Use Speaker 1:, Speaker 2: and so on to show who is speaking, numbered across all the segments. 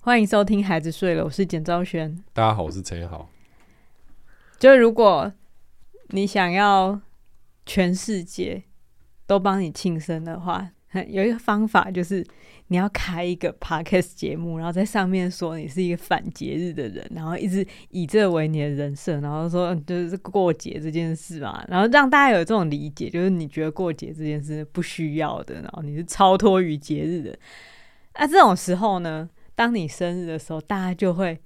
Speaker 1: 欢迎收听《孩子睡了》，我是简昭轩。
Speaker 2: 大家好，我是陈彦豪。
Speaker 1: 就是如果你想要全世界都帮你庆生的话， 哼有一个方法就是你要开一个 podcast 节目，然后在上面说你是一个反节日的人，然后一直以这为你的人设，然后说嗯就是过节这件事嘛，然后让大家有这种理解，就是你觉得过节这件事不需要的，然后你是超脱于节日的。那、这种时候呢，当你生日的时候，大家就会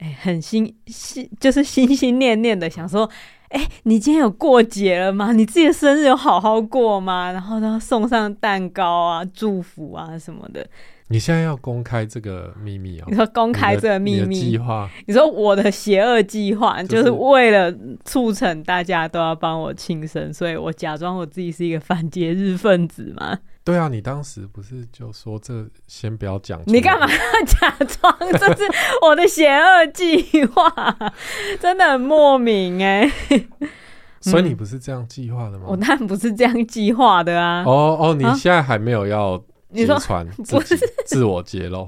Speaker 1: 哎、很心心就是心心念念的想说，哎、你今天有过节了吗？你自己的生日有好好过吗？然后呢，送上蛋糕啊、祝福啊什
Speaker 2: 哦
Speaker 1: 么的。
Speaker 2: 你现在要公开这个秘密哦
Speaker 1: 你，说公开这个秘
Speaker 2: 你的你
Speaker 1: 密，
Speaker 2: 的计
Speaker 1: 你
Speaker 2: 划，
Speaker 1: 说我的邪恶计划，
Speaker 2: 就
Speaker 1: 就是是为了促成大家都要帮我庆生，所以我假装我自己是一个反节日分子嘛。
Speaker 2: 对啊，你当时不是就说这先不要讲出来？
Speaker 1: 你干嘛要假装这是我的邪恶计 划？真的很莫名哎、
Speaker 2: 哦所以你不是这样计划的吗？
Speaker 1: 我当然不是这样计划的啊。
Speaker 2: 哦哦，你
Speaker 1: 啊
Speaker 2: 现在还没有要
Speaker 1: 你
Speaker 2: 揭
Speaker 1: 说
Speaker 2: 穿
Speaker 1: 不
Speaker 2: 自己自我揭露？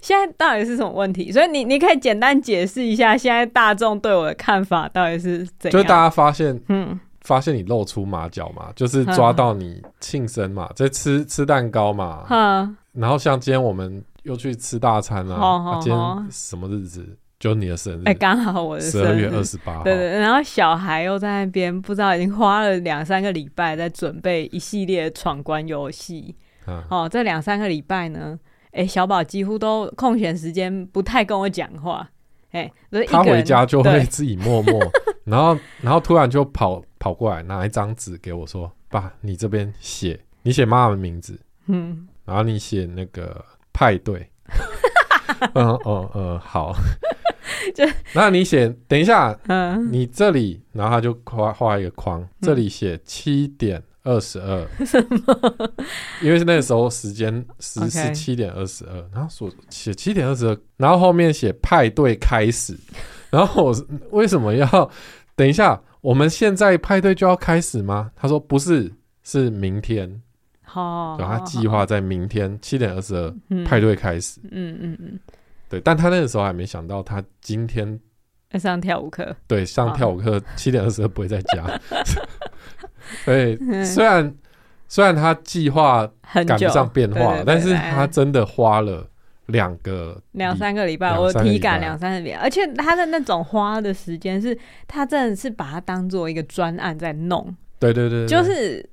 Speaker 1: 现在到底是什么问题？所以你你可以简单解释一下，现在大众对我的看法到底是怎样？
Speaker 2: 就是大家发现
Speaker 1: 嗯，
Speaker 2: 发现你露出马脚嘛，就是抓到你庆生嘛，在吃吃蛋糕嘛，
Speaker 1: 哼，
Speaker 2: 然后像今天我们又去吃大餐啊，
Speaker 1: 好好
Speaker 2: 啊今
Speaker 1: 好
Speaker 2: 天什么日子？就你的生
Speaker 1: 哎、
Speaker 2: 日，
Speaker 1: 刚好我的
Speaker 2: 十
Speaker 1: 生
Speaker 2: 二
Speaker 1: 日
Speaker 2: 月二十八号。
Speaker 1: 对对，然后小孩又在那边不知道已经花了两三个礼拜在准备一系列闯关游戏。
Speaker 2: 嗯，
Speaker 1: 哦，这两三个礼拜呢，哎，小宝几乎都空闲时间不太跟我讲话，哎，就是一
Speaker 2: 他
Speaker 1: 个
Speaker 2: 回
Speaker 1: 人
Speaker 2: 家就会
Speaker 1: 对
Speaker 2: 自己 默默，然后然后突然就跑跑过来拿一张纸给我说：“爸，你这边写，你写妈妈的名字，
Speaker 1: 嗯，
Speaker 2: 然后你写那个 派对。嗯”嗯哦呃好，
Speaker 1: 就
Speaker 2: 那你写等一下，
Speaker 1: 嗯，
Speaker 2: 你这里，然后他就画画一个框，这里写七点二十二，因为是那个时候时间是
Speaker 1: OK
Speaker 2: 是七点二十二，然后所写七点二十二，然后后面写派对开始，然后我为什么要等一下？我们现在派对就要开始吗？他说不是，是明天，
Speaker 1: 好，
Speaker 2: 然后他
Speaker 1: 好
Speaker 2: 计，划在明天七点二十二
Speaker 1: 哦嗯
Speaker 2: 派，对开始。
Speaker 1: 嗯嗯嗯
Speaker 2: 对，但他那个时候还没想到，他今天
Speaker 1: 嗯，上跳舞课，
Speaker 2: 对，上
Speaker 1: 啊
Speaker 2: 跳舞课七点二十二不会在 家。对，虽然虽然他计划
Speaker 1: 嗯很
Speaker 2: 赶
Speaker 1: 久
Speaker 2: 不上变化，
Speaker 1: 对对对
Speaker 2: 但是
Speaker 1: 对
Speaker 2: 他真的花了两个
Speaker 1: 两
Speaker 2: 礼
Speaker 1: 三个礼拜，
Speaker 2: 两
Speaker 1: 我
Speaker 2: 三个
Speaker 1: 体
Speaker 2: 礼
Speaker 1: 感
Speaker 2: 拜
Speaker 1: 两三个礼拜，而且他的那种花的时间是，他真的是把它当做一个专案在弄，
Speaker 2: 对对对，对
Speaker 1: 就是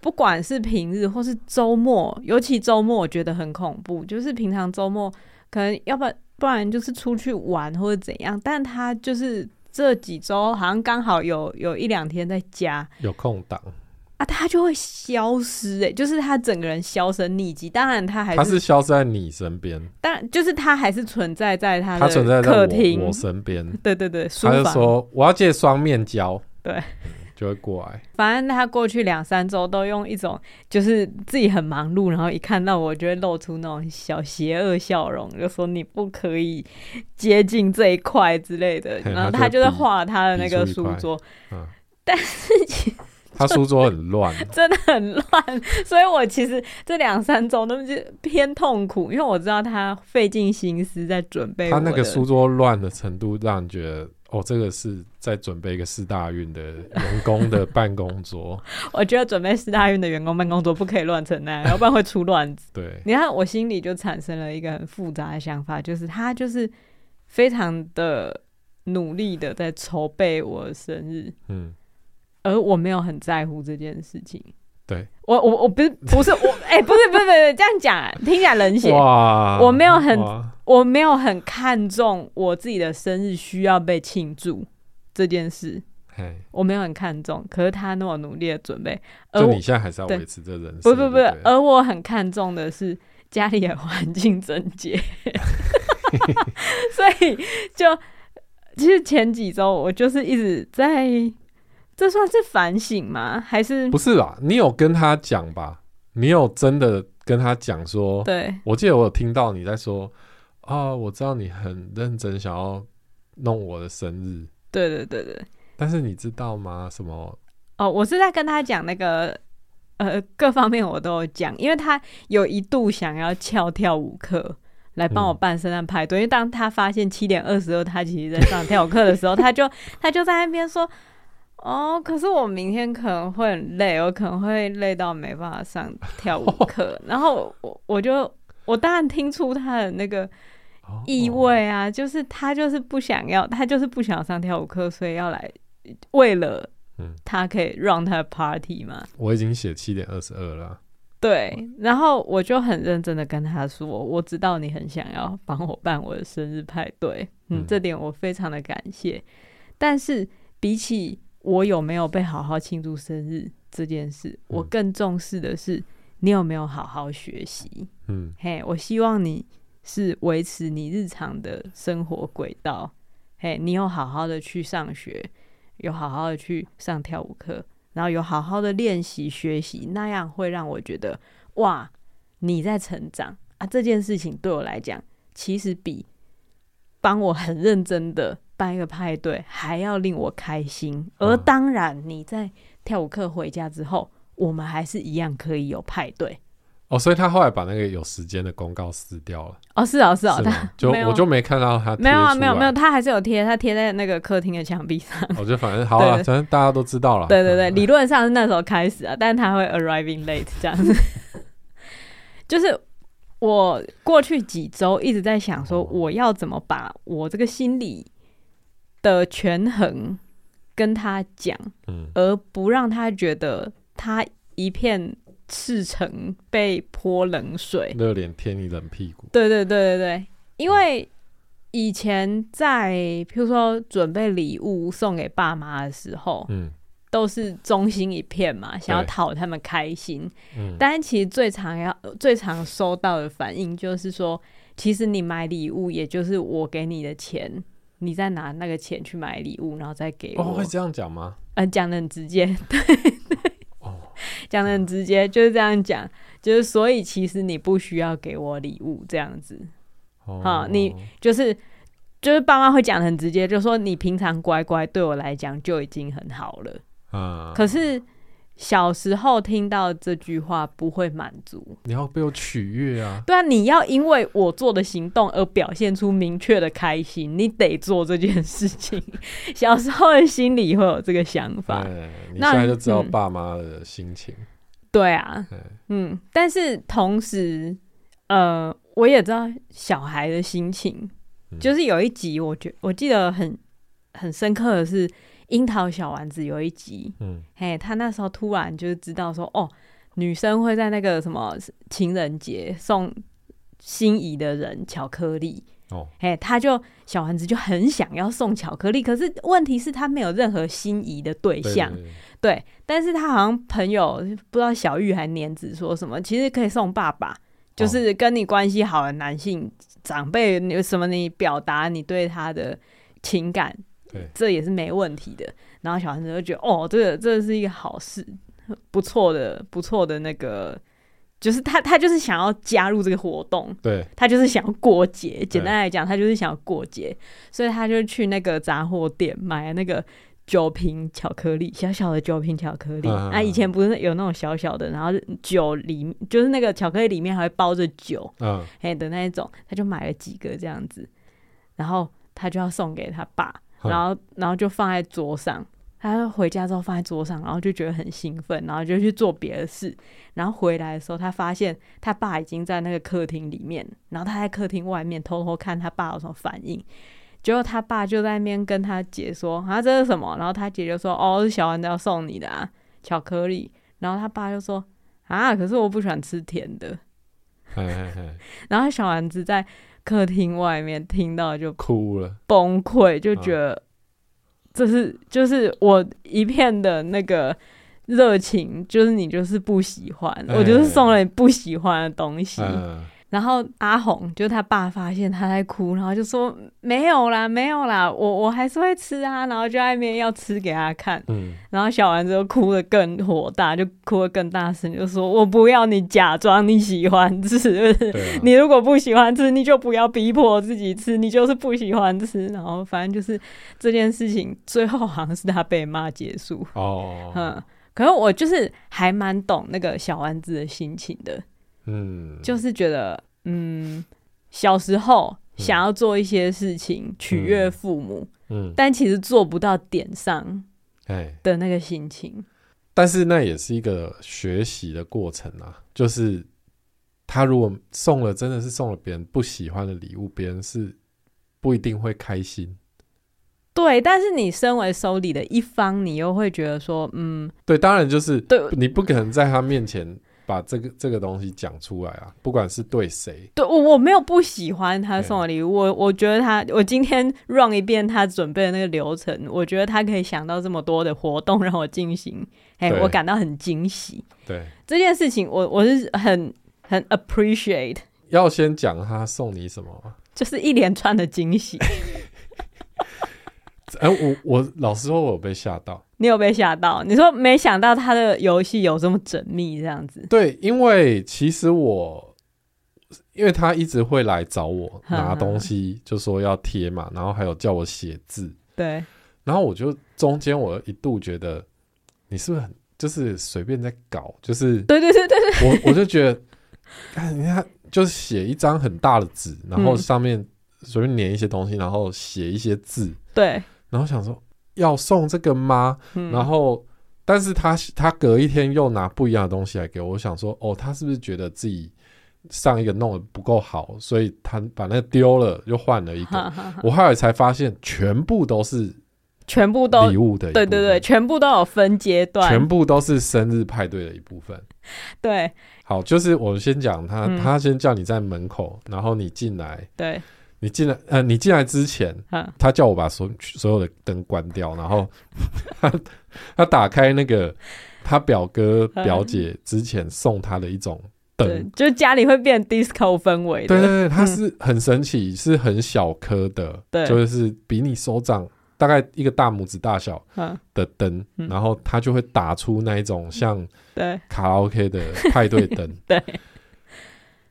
Speaker 1: 不管是平日或是周末，尤其周末我觉得很恐怖，就是平常周末可能要不然不然就是出去玩或者怎样，但他就是这几周好像刚好有有一两天在家，
Speaker 2: 有空档，
Speaker 1: 啊，他就会消失、欸，就是他整个人销声匿迹。当然，他还
Speaker 2: 他是消失在你身边，
Speaker 1: 当然就是他还是存在在他
Speaker 2: 他存在
Speaker 1: 的
Speaker 2: 在
Speaker 1: 客
Speaker 2: 我
Speaker 1: 厅
Speaker 2: 我，身边，
Speaker 1: 对对对，书
Speaker 2: 他就
Speaker 1: 房。
Speaker 2: 说我要借双面胶，
Speaker 1: 对
Speaker 2: 嗯，就会过来。
Speaker 1: 反正他过去两三周都用一种就是自己很忙碌，然后一看到我就会露出那种小邪恶笑容，就说你不可以接近这一块之类的。
Speaker 2: 嘿
Speaker 1: 然后
Speaker 2: 他就
Speaker 1: 他就是
Speaker 2: 会比
Speaker 1: 画他的那
Speaker 2: 比
Speaker 1: 个
Speaker 2: 出一
Speaker 1: 书
Speaker 2: 块
Speaker 1: 桌，
Speaker 2: 嗯，
Speaker 1: 但
Speaker 2: 是他书桌很乱，
Speaker 1: 真的很乱，所以我其实这两三周都是偏痛苦，因为我知道他费尽心思在准备
Speaker 2: 他
Speaker 1: 我
Speaker 2: 那个
Speaker 1: 的
Speaker 2: 书桌乱的程度，让人觉得哦，这个是在准备一个四大运的员工的办公桌。
Speaker 1: 我觉得准备四大运的员工办公桌不可以乱成那样，要不然会出乱子。
Speaker 2: 对，
Speaker 1: 你看，我心里就产生了一个很复杂的想法，就是他就是非常的努力的在筹备我的生日，
Speaker 2: 嗯，
Speaker 1: 而我没有很在乎这件事情。
Speaker 2: 对
Speaker 1: 我，我我不是不是我，哎、不是不是不是这样讲、啊听起来冷血。
Speaker 2: 哇
Speaker 1: 我没有很
Speaker 2: 哇
Speaker 1: 我没有很看重我自己的生日需要被庆祝这件事，
Speaker 2: 嘿，
Speaker 1: 我没有很看重。可是他那么努力的准备，而
Speaker 2: 就
Speaker 1: 我
Speaker 2: 你现在还是要
Speaker 1: 呃对
Speaker 2: 维持这人
Speaker 1: 不呃
Speaker 2: 设，
Speaker 1: 不不，
Speaker 2: 对对
Speaker 1: 而我很看重的是家里的环境整洁， 所以就其实前几周我就是一直在，这算是反省吗？还是
Speaker 2: 不是啦，你有跟他讲吧？你有真的跟他讲说？
Speaker 1: 对？
Speaker 2: 我记得我有听到你在说，哦，我知道你很认真想要弄我的生日，
Speaker 1: 对对对对，
Speaker 2: 但是你知道吗？什么？
Speaker 1: 哦，我是在跟他讲那个。呃，各方面我都有讲，因为他有一度想要翘跳舞课，来帮我办圣诞派对。因为当他发现七点二十二他其实在上跳舞课的时候，他就他就在那边说：“哦，可是我明天可能会很累，我可能会累到没办法上跳舞课。”然后我我就我当然听出他的那个
Speaker 2: 哦
Speaker 1: 意味啊，就是他就是不想要，他就是不想上跳舞课，所以要来为了
Speaker 2: 嗯
Speaker 1: 他可以让他的 party 嘛。
Speaker 2: 我已经写七点二十二了啊。
Speaker 1: 对，然后我就很认真的跟他说，我知道你很想要帮我办我的生日派对，嗯，
Speaker 2: 嗯
Speaker 1: 这点我非常的感谢。但是比起我有没有被好好庆祝生日这件事，我
Speaker 2: 嗯
Speaker 1: 更重视的是你有没有好好学习。
Speaker 2: 嗯
Speaker 1: 嘿，我希望你是维持你日常的生活轨道，嘿，你有好好的去上学，有好好的去上跳舞课，然后有好好的练习学习，那样会让我觉得哇，你在成长啊！这件事情对我来讲，其实比帮我很认真的办一个派对还要令我开心。而
Speaker 2: 嗯
Speaker 1: 当然，你在跳舞课回家之后，我们还是一样可以有派对。
Speaker 2: 哦，所以他后来把那个有时间的公告撕掉了，
Speaker 1: 哦，是哦，是哦，
Speaker 2: 是
Speaker 1: 但
Speaker 2: 吗？就
Speaker 1: 没有
Speaker 2: 我就没看到他贴
Speaker 1: 没有啊，
Speaker 2: 出
Speaker 1: 没有
Speaker 2: 来哦
Speaker 1: 没有，，他还是有贴，他贴在那个客厅的墙壁 上。
Speaker 2: 我就反正好了，
Speaker 1: 对
Speaker 2: 反正大家都知道了。
Speaker 1: 对对对，
Speaker 2: 嗯
Speaker 1: 理论上是那时候开始啊，但是他会 arriving late 这样子。 就是我过去几周一直在想说，
Speaker 2: 哦
Speaker 1: 我要怎么把我这个心理的权衡跟他讲，
Speaker 2: 嗯
Speaker 1: 而不让他觉得他一片赤诚被泼冷水。
Speaker 2: 热脸贴你冷屁股。
Speaker 1: 对对对对对，因为以前在譬如说准备礼物送给爸妈的时候，
Speaker 2: 嗯
Speaker 1: 都是忠心一片嘛，想要讨他们开心。
Speaker 2: 嗯，
Speaker 1: 但其实最常要最常收到的反应就是说，其实你买礼物，也就是我给你的钱。你再拿那个钱去买礼物，然后再给我。
Speaker 2: 哦，会这样讲吗？
Speaker 1: 呃，讲的很直接， 对对
Speaker 2: 哦，
Speaker 1: 讲的很直接，就是这样讲，就是所以其实你不需要给我礼物这样子。
Speaker 2: 哦
Speaker 1: 好，你就是就是爸妈会讲的很直接，就说你平常乖乖对我来讲就已经很好了。
Speaker 2: 啊，
Speaker 1: 可是小时候听到这句话不会满足，
Speaker 2: 你要被我取 悦啊。
Speaker 1: 对啊，你要因为我做的行动而表现出明确的开心，你得做这件事情。 小时候的心里会有这个想法，
Speaker 2: 哎，你
Speaker 1: 那
Speaker 2: 现在就知道
Speaker 1: 嗯
Speaker 2: 爸妈的心情。
Speaker 1: 对啊
Speaker 2: 对，
Speaker 1: 嗯，但是同时，呃，我也知道小孩的心情，
Speaker 2: 嗯
Speaker 1: 就是有一集我觉我记得很很深刻的是樱桃小丸子有一集，
Speaker 2: 嗯
Speaker 1: 嘿，他那时候突然就是知道说，哦，女生会在那个什么情人节送心仪的人巧克力，
Speaker 2: 哦，
Speaker 1: 哎，他就小丸子就很想要送巧克力，可是问题是，他没有任何心仪的对
Speaker 2: 对
Speaker 1: 象，
Speaker 2: 对对
Speaker 1: 对，但是他好像朋友不知道小玉还年子说什么，其实可以送爸爸，就是跟你关系好的男性长辈，你有什么你表达你对他的情感，
Speaker 2: 对
Speaker 1: 这也是没问题的。然后小孩子就觉得，哦，这个这是一个好事，不错的，不错的那个，就是他他就是想要加入这个活动，
Speaker 2: 对，
Speaker 1: 他就是想要过节，简单来讲，他就是想要过节，所以他就去那个杂货店买那个九瓶巧克力，小小的九瓶巧克力。
Speaker 2: 嗯嗯嗯
Speaker 1: 啊，以前不是有那种小小的，然后酒里就是那个巧克力里面还会包着酒，
Speaker 2: 嗯，
Speaker 1: 哎的那一种，他就买了几个这样子，然后他就要送给他爸，
Speaker 2: 嗯
Speaker 1: 然后然后就放在桌上。他回家之后放在桌上，然后就觉得很兴奋，然后就去做别的事。然后回来的时候，他发现他爸已经在那个客厅里面，然后他在客厅外面偷偷看他爸有什么反应。结果他爸就在那边跟他姐说：“啊，这是什么？”然后他姐就说：“哦，是小丸子要送你的啊，巧克力。”然后他爸就说：“啊，可是我不喜欢吃甜的。”
Speaker 2: 嘿嘿嘿，
Speaker 1: 然后小丸子在客厅外面听到就
Speaker 2: 哭了。
Speaker 1: 崩溃，就觉得这是就是我一片的那个热情，就是你就是不喜欢，
Speaker 2: 哎
Speaker 1: 我就是送了你不喜欢的东西。
Speaker 2: 嗯，
Speaker 1: 然后阿红就他爸发现他在哭，然后就说没有啦，没有啦，我我还是会吃啊，然后就在那边要吃给他看。
Speaker 2: 嗯，
Speaker 1: 然后小丸子就哭得更火大，就哭得更大声，就说我不要你假装你喜欢吃。
Speaker 2: 对啊，
Speaker 1: 你如果不喜欢吃，你就不要逼迫自己吃，你就是不喜欢吃。然后反正就是这件事情，最后好像是他被骂结束。
Speaker 2: 哦，
Speaker 1: 嗯，可是我就是还蛮懂那个小丸子的心情的，
Speaker 2: 嗯，
Speaker 1: 就是觉得嗯，小时候想要做一些事情取悦父母，
Speaker 2: 嗯，
Speaker 1: 但其实做不到点上
Speaker 2: 哎，
Speaker 1: 的那个心情。
Speaker 2: 但是那也是一个学习的过程啊，就是他如果送了，真的是送了别人不喜欢的礼物，别人是不一定会开心。
Speaker 1: 对，但是你身为收礼的一方，你又会觉得说，嗯，
Speaker 2: 对，当然就是
Speaker 1: 对
Speaker 2: 你不可能在他面前把这个这个东西讲出来啊，不管是对谁，
Speaker 1: 对我我没有不喜欢他
Speaker 2: 对
Speaker 1: 送的礼物，我我觉得他，我今天 run 一遍他准备的那个流程，我觉得他可以想到这么多的活动让我进行，哎，
Speaker 2: 对
Speaker 1: 我感到很惊喜。
Speaker 2: 对，
Speaker 1: 这件事情我我是很很 appreciate，
Speaker 2: 要先讲他送你什么啊。
Speaker 1: 就是一连串的惊喜。
Speaker 2: 哎、我我老实说，我有被吓到。
Speaker 1: 你有被吓到？你说没想到他的游戏有这么缜密，这样子，
Speaker 2: 对，因为其实我，因为他一直会来找我拿东西，就说要贴嘛，然后还有叫我写字，
Speaker 1: 对，
Speaker 2: 然后我就中间我一度觉得你是不是很就是随便在搞，就是
Speaker 1: 对对对对对，
Speaker 2: 我我就觉得，看人家就是写一张很大的纸，然后
Speaker 1: 嗯
Speaker 2: 上面随便粘一些东西，然后写一些字，
Speaker 1: 对，
Speaker 2: 然后想说要送这个吗？
Speaker 1: 嗯，
Speaker 2: 然后，但是他他隔一天又拿不一样的东西来给我，我想说，哦，他是不是觉得自己上一个弄得不够好，所以他把那个丢了，又换了一个。
Speaker 1: 哈哈哈
Speaker 2: 我后来才发现，全部都是
Speaker 1: 全部都
Speaker 2: 礼物的一
Speaker 1: 对对
Speaker 2: 部
Speaker 1: 对，
Speaker 2: 分，
Speaker 1: 全部都有分阶段，
Speaker 2: 全部都是生日派对的一部分。
Speaker 1: 对
Speaker 2: 好，就是我们先讲他，
Speaker 1: 嗯
Speaker 2: 他先叫你在门口，然后你进来，
Speaker 1: 对，
Speaker 2: 你进来，呃，你进来之前，
Speaker 1: 嗯，
Speaker 2: 他叫我把所所有的灯关掉，然后 他他打开那个他表哥
Speaker 1: 嗯
Speaker 2: 表姐之前送他的一种
Speaker 1: 对
Speaker 2: 灯，，
Speaker 1: 就家里会变 disco 氛围
Speaker 2: 对对
Speaker 1: 的，
Speaker 2: 对，它是很神奇，是很小颗的，
Speaker 1: 对
Speaker 2: 就是比你手掌大概一个大拇指大小
Speaker 1: 嗯，
Speaker 2: 的灯，
Speaker 1: 嗯
Speaker 2: 然后它就会打出那一种像
Speaker 1: 对
Speaker 2: 卡拉 OK 的派对灯，
Speaker 1: 对，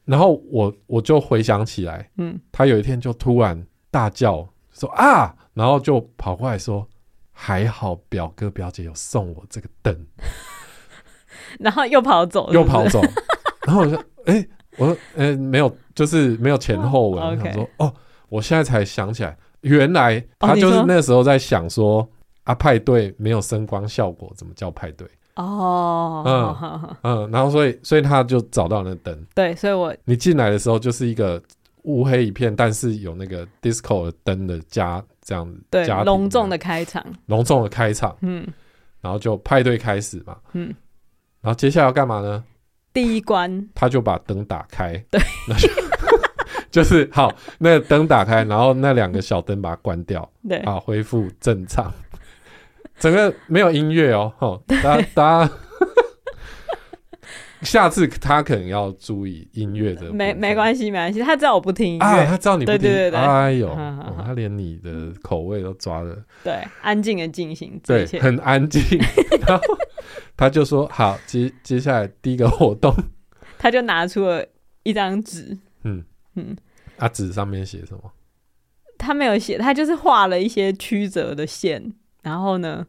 Speaker 2: 然后我我就回想起来，
Speaker 1: 嗯，
Speaker 2: 他有一天就突然大叫说啊，然后就跑过来说，还好表哥表姐有送我这个灯，
Speaker 1: 然后又跑走，
Speaker 2: 又
Speaker 1: 是不是
Speaker 2: 跑，走。然后我说，哎、我说，哎、没有，就是没有前后文。
Speaker 1: 哦
Speaker 2: 我
Speaker 1: ，OK
Speaker 2: 想说，哦，我现在才想起来，原来他
Speaker 1: 哦你
Speaker 2: 就是
Speaker 1: 说
Speaker 2: 那时候在想说。啊，派对没有声光效果，怎么叫派对？
Speaker 1: 哦，
Speaker 2: 嗯
Speaker 1: 好好好
Speaker 2: 嗯，然后所以所以他就找到那灯。
Speaker 1: 对，所以我
Speaker 2: 你进来的时候就是一个乌黑一片，但是有那个 disco 的灯的家这样子，
Speaker 1: 对
Speaker 2: 家庭
Speaker 1: 隆重的
Speaker 2: 的
Speaker 1: 开场，
Speaker 2: 隆重的开场，
Speaker 1: 嗯
Speaker 2: 然后就派对开始嘛，
Speaker 1: 嗯，
Speaker 2: 然后接下来要干嘛呢？
Speaker 1: 第一关，
Speaker 2: 他就把灯打开，对， 就就是好，那个灯打开，然后那两个小灯把它关掉，
Speaker 1: 对
Speaker 2: 啊，恢复正常，整个没有音乐哦，吼， 大家大家。 下次他可能要注意音乐的部分，
Speaker 1: 没没关系没关系，他知道我不听音
Speaker 2: 啊，
Speaker 1: 乐，
Speaker 2: 他知道你不
Speaker 1: 对
Speaker 2: 听，
Speaker 1: 对对对
Speaker 2: 哎呦，
Speaker 1: 好好
Speaker 2: 哦
Speaker 1: 好
Speaker 2: 他连你的口味都抓的，
Speaker 1: 对，安静的进行这
Speaker 2: 对
Speaker 1: 一，切，
Speaker 2: 很安静。然后他就说：“好，接接下来第一个活动，
Speaker 1: 他就拿出了一张纸，
Speaker 2: 嗯
Speaker 1: 嗯，
Speaker 2: 啊，纸上面写什么？
Speaker 1: 他没有写，他就是画了一些曲折的线，然后呢，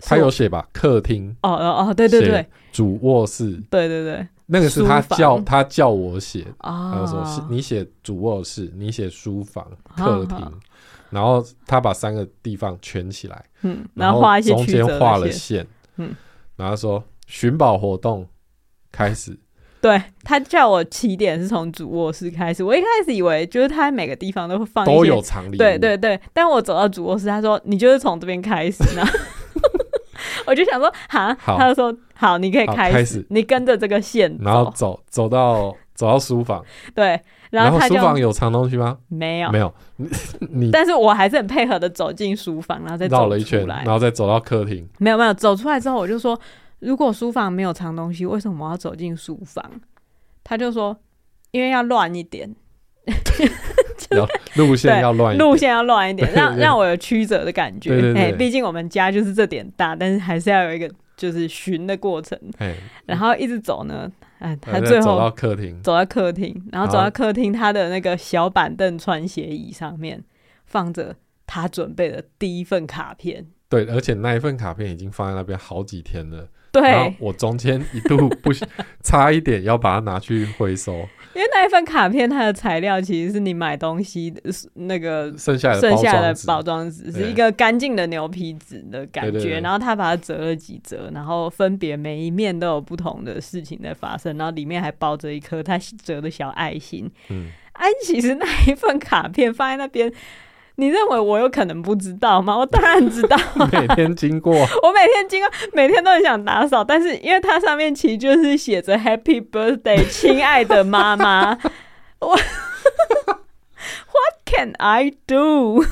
Speaker 2: 他有
Speaker 1: 说
Speaker 2: 写吧？客厅、
Speaker 1: 哦哦哦，对对
Speaker 2: 写
Speaker 1: 对
Speaker 2: 主卧室，
Speaker 1: 对对对，
Speaker 2: 那个是他
Speaker 1: 书房
Speaker 2: 叫他叫我写，
Speaker 1: 啊，
Speaker 2: 他就说是你写主卧室，你写书房、
Speaker 1: 好
Speaker 2: 客
Speaker 1: 好
Speaker 2: 厅，然后他把三个地方圈起来，
Speaker 1: 嗯，然
Speaker 2: 然
Speaker 1: 后
Speaker 2: 后
Speaker 1: 画一些
Speaker 2: 中
Speaker 1: 曲折
Speaker 2: 间画了
Speaker 1: 的线，
Speaker 2: 线，
Speaker 1: 嗯，
Speaker 2: 然后他说寻宝活动开始，
Speaker 1: 对他叫我起点是从主卧室开始，我一开始以为就是他每个地方都会放一些
Speaker 2: 都有藏礼物，
Speaker 1: 对对对，但我走到主卧室，他说你就是从这边开始呢。 我就想说，哈，
Speaker 2: 好
Speaker 1: 他就说好，你可以
Speaker 2: 好
Speaker 1: 开
Speaker 2: 开始
Speaker 1: 你跟着这个线
Speaker 2: 然后
Speaker 1: 走，
Speaker 2: 走走到走到书房，
Speaker 1: 对，
Speaker 2: 然
Speaker 1: 后他
Speaker 2: 书
Speaker 1: 就
Speaker 2: 房有藏东西吗？
Speaker 1: 没有
Speaker 2: 没有，你
Speaker 1: 但是我还是很配合的走进书房，然后再
Speaker 2: 你绕
Speaker 1: 走
Speaker 2: 了一
Speaker 1: 出
Speaker 2: 圈，
Speaker 1: 来
Speaker 2: 然。后再走到客厅。
Speaker 1: 没有没有，走出来之后我就说，如果书房没有藏东西，为什么我要走进书房？他就说，因为要乱一点，
Speaker 2: 路线要乱一点，
Speaker 1: 路线要乱一 点，
Speaker 2: 对
Speaker 1: 让
Speaker 2: 对
Speaker 1: 让我有曲折的感觉。
Speaker 2: 对对对
Speaker 1: 哎毕竟我们家就是这点大，但是还是要有一个就是寻的过程，
Speaker 2: 哎，
Speaker 1: 然后一直走呢，哎，他
Speaker 2: 然后
Speaker 1: 最
Speaker 2: 再走
Speaker 1: 后
Speaker 2: 到客厅，
Speaker 1: 走到客厅，然后走到
Speaker 2: 好
Speaker 1: 客厅他的那个小板凳穿鞋椅上面放着他准备的第一份卡片。
Speaker 2: 对，而且那一份卡片已经放在那边好几天了，然后
Speaker 1: 对，
Speaker 2: 我中间一度不 差一点要把它拿去回收，
Speaker 1: 因为那一份卡片它的材料其实是你买东西的是那个
Speaker 2: 剩下的
Speaker 1: 剩
Speaker 2: 呃包
Speaker 1: 下的
Speaker 2: 装纸
Speaker 1: 包装纸是
Speaker 2: 对
Speaker 1: 一个干净的牛皮纸的感觉，
Speaker 2: 对对对
Speaker 1: 然后他把它折了几折，然后分别每一面都有不同的事情在发生，然后里面还包着一颗他折的小爱心。
Speaker 2: 嗯，
Speaker 1: 安其实那一份卡片放在那边，你认为我有可能不知道吗？我当然知 道，
Speaker 2: 每天 经过，
Speaker 1: 我每天经过，每天都很想打扫，但是因为它上面其实就是写着 “Happy Birthday，亲爱的妈妈”，我 What can I do？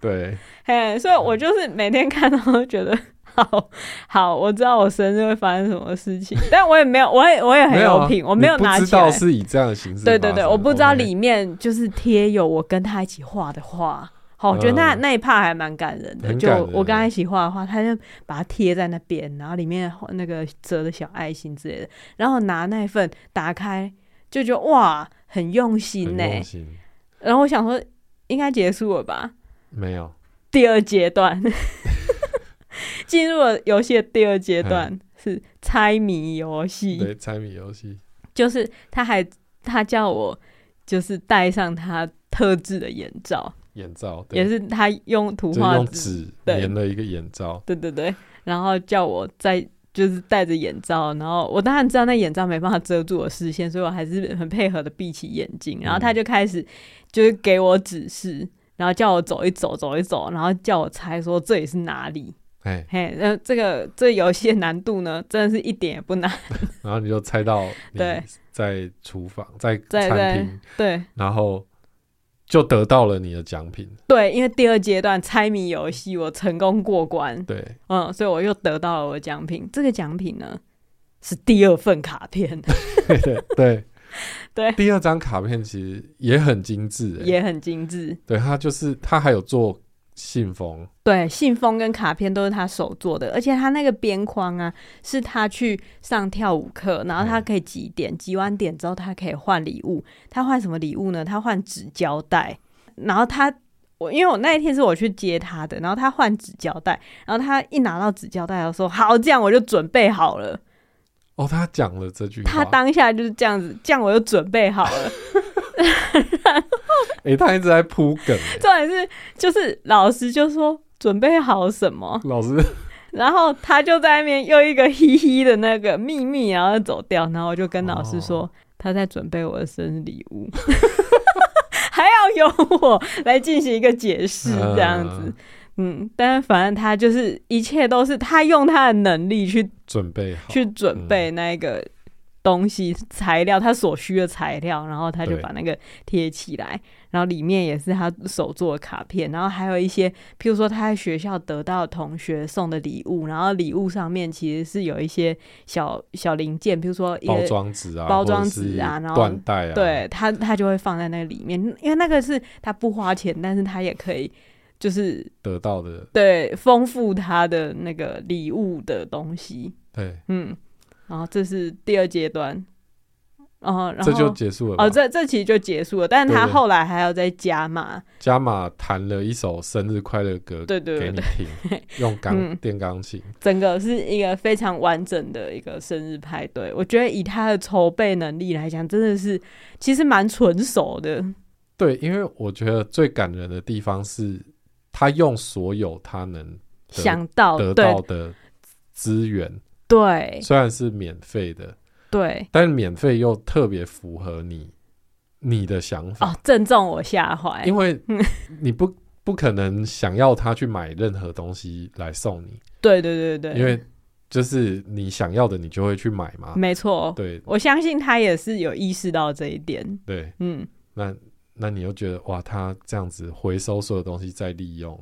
Speaker 2: 对，
Speaker 1: 嘿，所以
Speaker 2: 嗯
Speaker 1: 我就是每天看到都觉得。好好，我知道我生日会发生什么事情，但我也没有，我也我也很
Speaker 2: 没有
Speaker 1: 有
Speaker 2: 啊
Speaker 1: 品，我没有
Speaker 2: 你
Speaker 1: 拿
Speaker 2: 不知
Speaker 1: 起
Speaker 2: 道
Speaker 1: 来。
Speaker 2: 是以这样的形式发
Speaker 1: 对
Speaker 2: 生，
Speaker 1: 对对，我不知道
Speaker 2: OK
Speaker 1: 里面就是贴有我跟他一起画的画。好，我觉得那、
Speaker 2: 嗯
Speaker 1: 那一 part 还蛮感人的。
Speaker 2: 很
Speaker 1: 就
Speaker 2: 感人
Speaker 1: 我跟他一起画的话，他就把它贴在那边，然后里面那个折的小爱心之类的，然后拿那一份打开，就觉得哇，很用心
Speaker 2: 很
Speaker 1: 呢、
Speaker 2: 用心，
Speaker 1: 然后我想说，应该结束了吧？
Speaker 2: 没有，
Speaker 1: 第二阶 段，进入了游戏的第二阶段是猜谜游戏。
Speaker 2: 嗯对，猜谜游戏，
Speaker 1: 就是他还他叫我就是戴上他特制的眼罩，
Speaker 2: 眼罩，对
Speaker 1: 也是他用图
Speaker 2: 就是
Speaker 1: 画
Speaker 2: 用
Speaker 1: 纸，
Speaker 2: 纸
Speaker 1: 对
Speaker 2: 粘了一个眼罩，
Speaker 1: 对对对，然后叫我在就是戴着眼罩，然后我当然知道那眼罩没办法遮住我视线，所以我还是很配合的闭起眼
Speaker 2: 嗯
Speaker 1: 睛，然后他就开始就是给我指示。然后叫我走一走，走一走，然后叫我猜说这里是哪里。
Speaker 2: 哎，
Speaker 1: 嘿，那这个这游戏的难度呢，真的是一点也不难。
Speaker 2: 然后你就猜到你
Speaker 1: 对
Speaker 2: 在厨房，在
Speaker 1: 在在
Speaker 2: 餐厅，
Speaker 1: 对
Speaker 2: 然后就得到了你的奖品，
Speaker 1: 对，因为第二阶段猜谜游戏我成功过关，
Speaker 2: 对，
Speaker 1: 嗯，所以我又得到了我的奖品。这个奖品呢是第二份卡片，
Speaker 2: 对对对
Speaker 1: 对
Speaker 2: 第二张卡片其实也很精致、欸，
Speaker 1: 也很精致。
Speaker 2: 对，它就是它还有做信封，
Speaker 1: 对，信封跟卡片都是他手做的，而且他那个边框啊，是他去上跳舞课，然后他可以集点，集完点之后他可以换礼物。他换什么礼物呢？他换纸胶带，然后他。我因为我那一天是我去接他的，然后他换纸胶带，然后他一拿到纸胶带，他说：“好，这样我就准备好了。”
Speaker 2: 哦，他讲了这句话，
Speaker 1: 他当下就是这样子，这样我就准备好了。
Speaker 2: 哎、他一直在铺梗、欸，
Speaker 1: 重点是，就是老师就说准备好什么，
Speaker 2: 老 师
Speaker 1: 然后他就在那边用一个嘻嘻的那个秘密，然后走掉，然后我就跟老师说、他在准备我的生日礼物， 还要由我来进行一个解释，这样子。
Speaker 2: 嗯
Speaker 1: 嗯，但是反正他就是一切都是他用他的能力去
Speaker 2: 准备好，嗯
Speaker 1: 去准备那个东西材料，他所需的材料，然后他就
Speaker 2: 对
Speaker 1: 把那个贴起来，然后里面也是他手做的卡片，然后还有一些，譬如说他在学校得到同学送的礼物，然后礼物上面其实是有一些小小零件，譬如说一
Speaker 2: 包
Speaker 1: 个。
Speaker 2: 装纸啊，
Speaker 1: 包装纸啊
Speaker 2: 或者是
Speaker 1: 然后
Speaker 2: 缎带啊，
Speaker 1: 对他，他就会放在那个里面，因为那个是他不花钱，但是他也可以，就是
Speaker 2: 得到的，
Speaker 1: 对丰富他的那个礼物的东西。
Speaker 2: 对，
Speaker 1: 嗯，然后这是第二阶段，哦，然后
Speaker 2: 这就结束了吧。
Speaker 1: 哦，这这期就结束了，但是
Speaker 2: 对
Speaker 1: 他
Speaker 2: 对
Speaker 1: 后来还要再加嘛，
Speaker 2: 加码弹了一首生日快乐歌
Speaker 1: 对对对
Speaker 2: 给你
Speaker 1: 对，
Speaker 2: 听， 用钢
Speaker 1: 嗯
Speaker 2: 电钢琴，
Speaker 1: 整个是一个非常完整的一个生日派对。我觉得以他的筹备能力来讲，真的是其实蛮纯熟的，
Speaker 2: 对，因为我觉得最感人的地方是他用所有他能得
Speaker 1: 想到
Speaker 2: 得
Speaker 1: 哦对
Speaker 2: 到的资源，
Speaker 1: 对
Speaker 2: 虽然是免费的，
Speaker 1: 对
Speaker 2: 但免费又特别符合你你的想法，
Speaker 1: 哦，正中我下怀，
Speaker 2: 因为 你不不可能想要他去买任何东西来送你，
Speaker 1: 对对对对，
Speaker 2: 因为就是你想要的你就会去买嘛，
Speaker 1: 没错，
Speaker 2: 对
Speaker 1: 我相信他也是有意识到这一点，
Speaker 2: 对，
Speaker 1: 嗯，
Speaker 2: 那那你又觉得哇，他这样子回收所有东西再利用，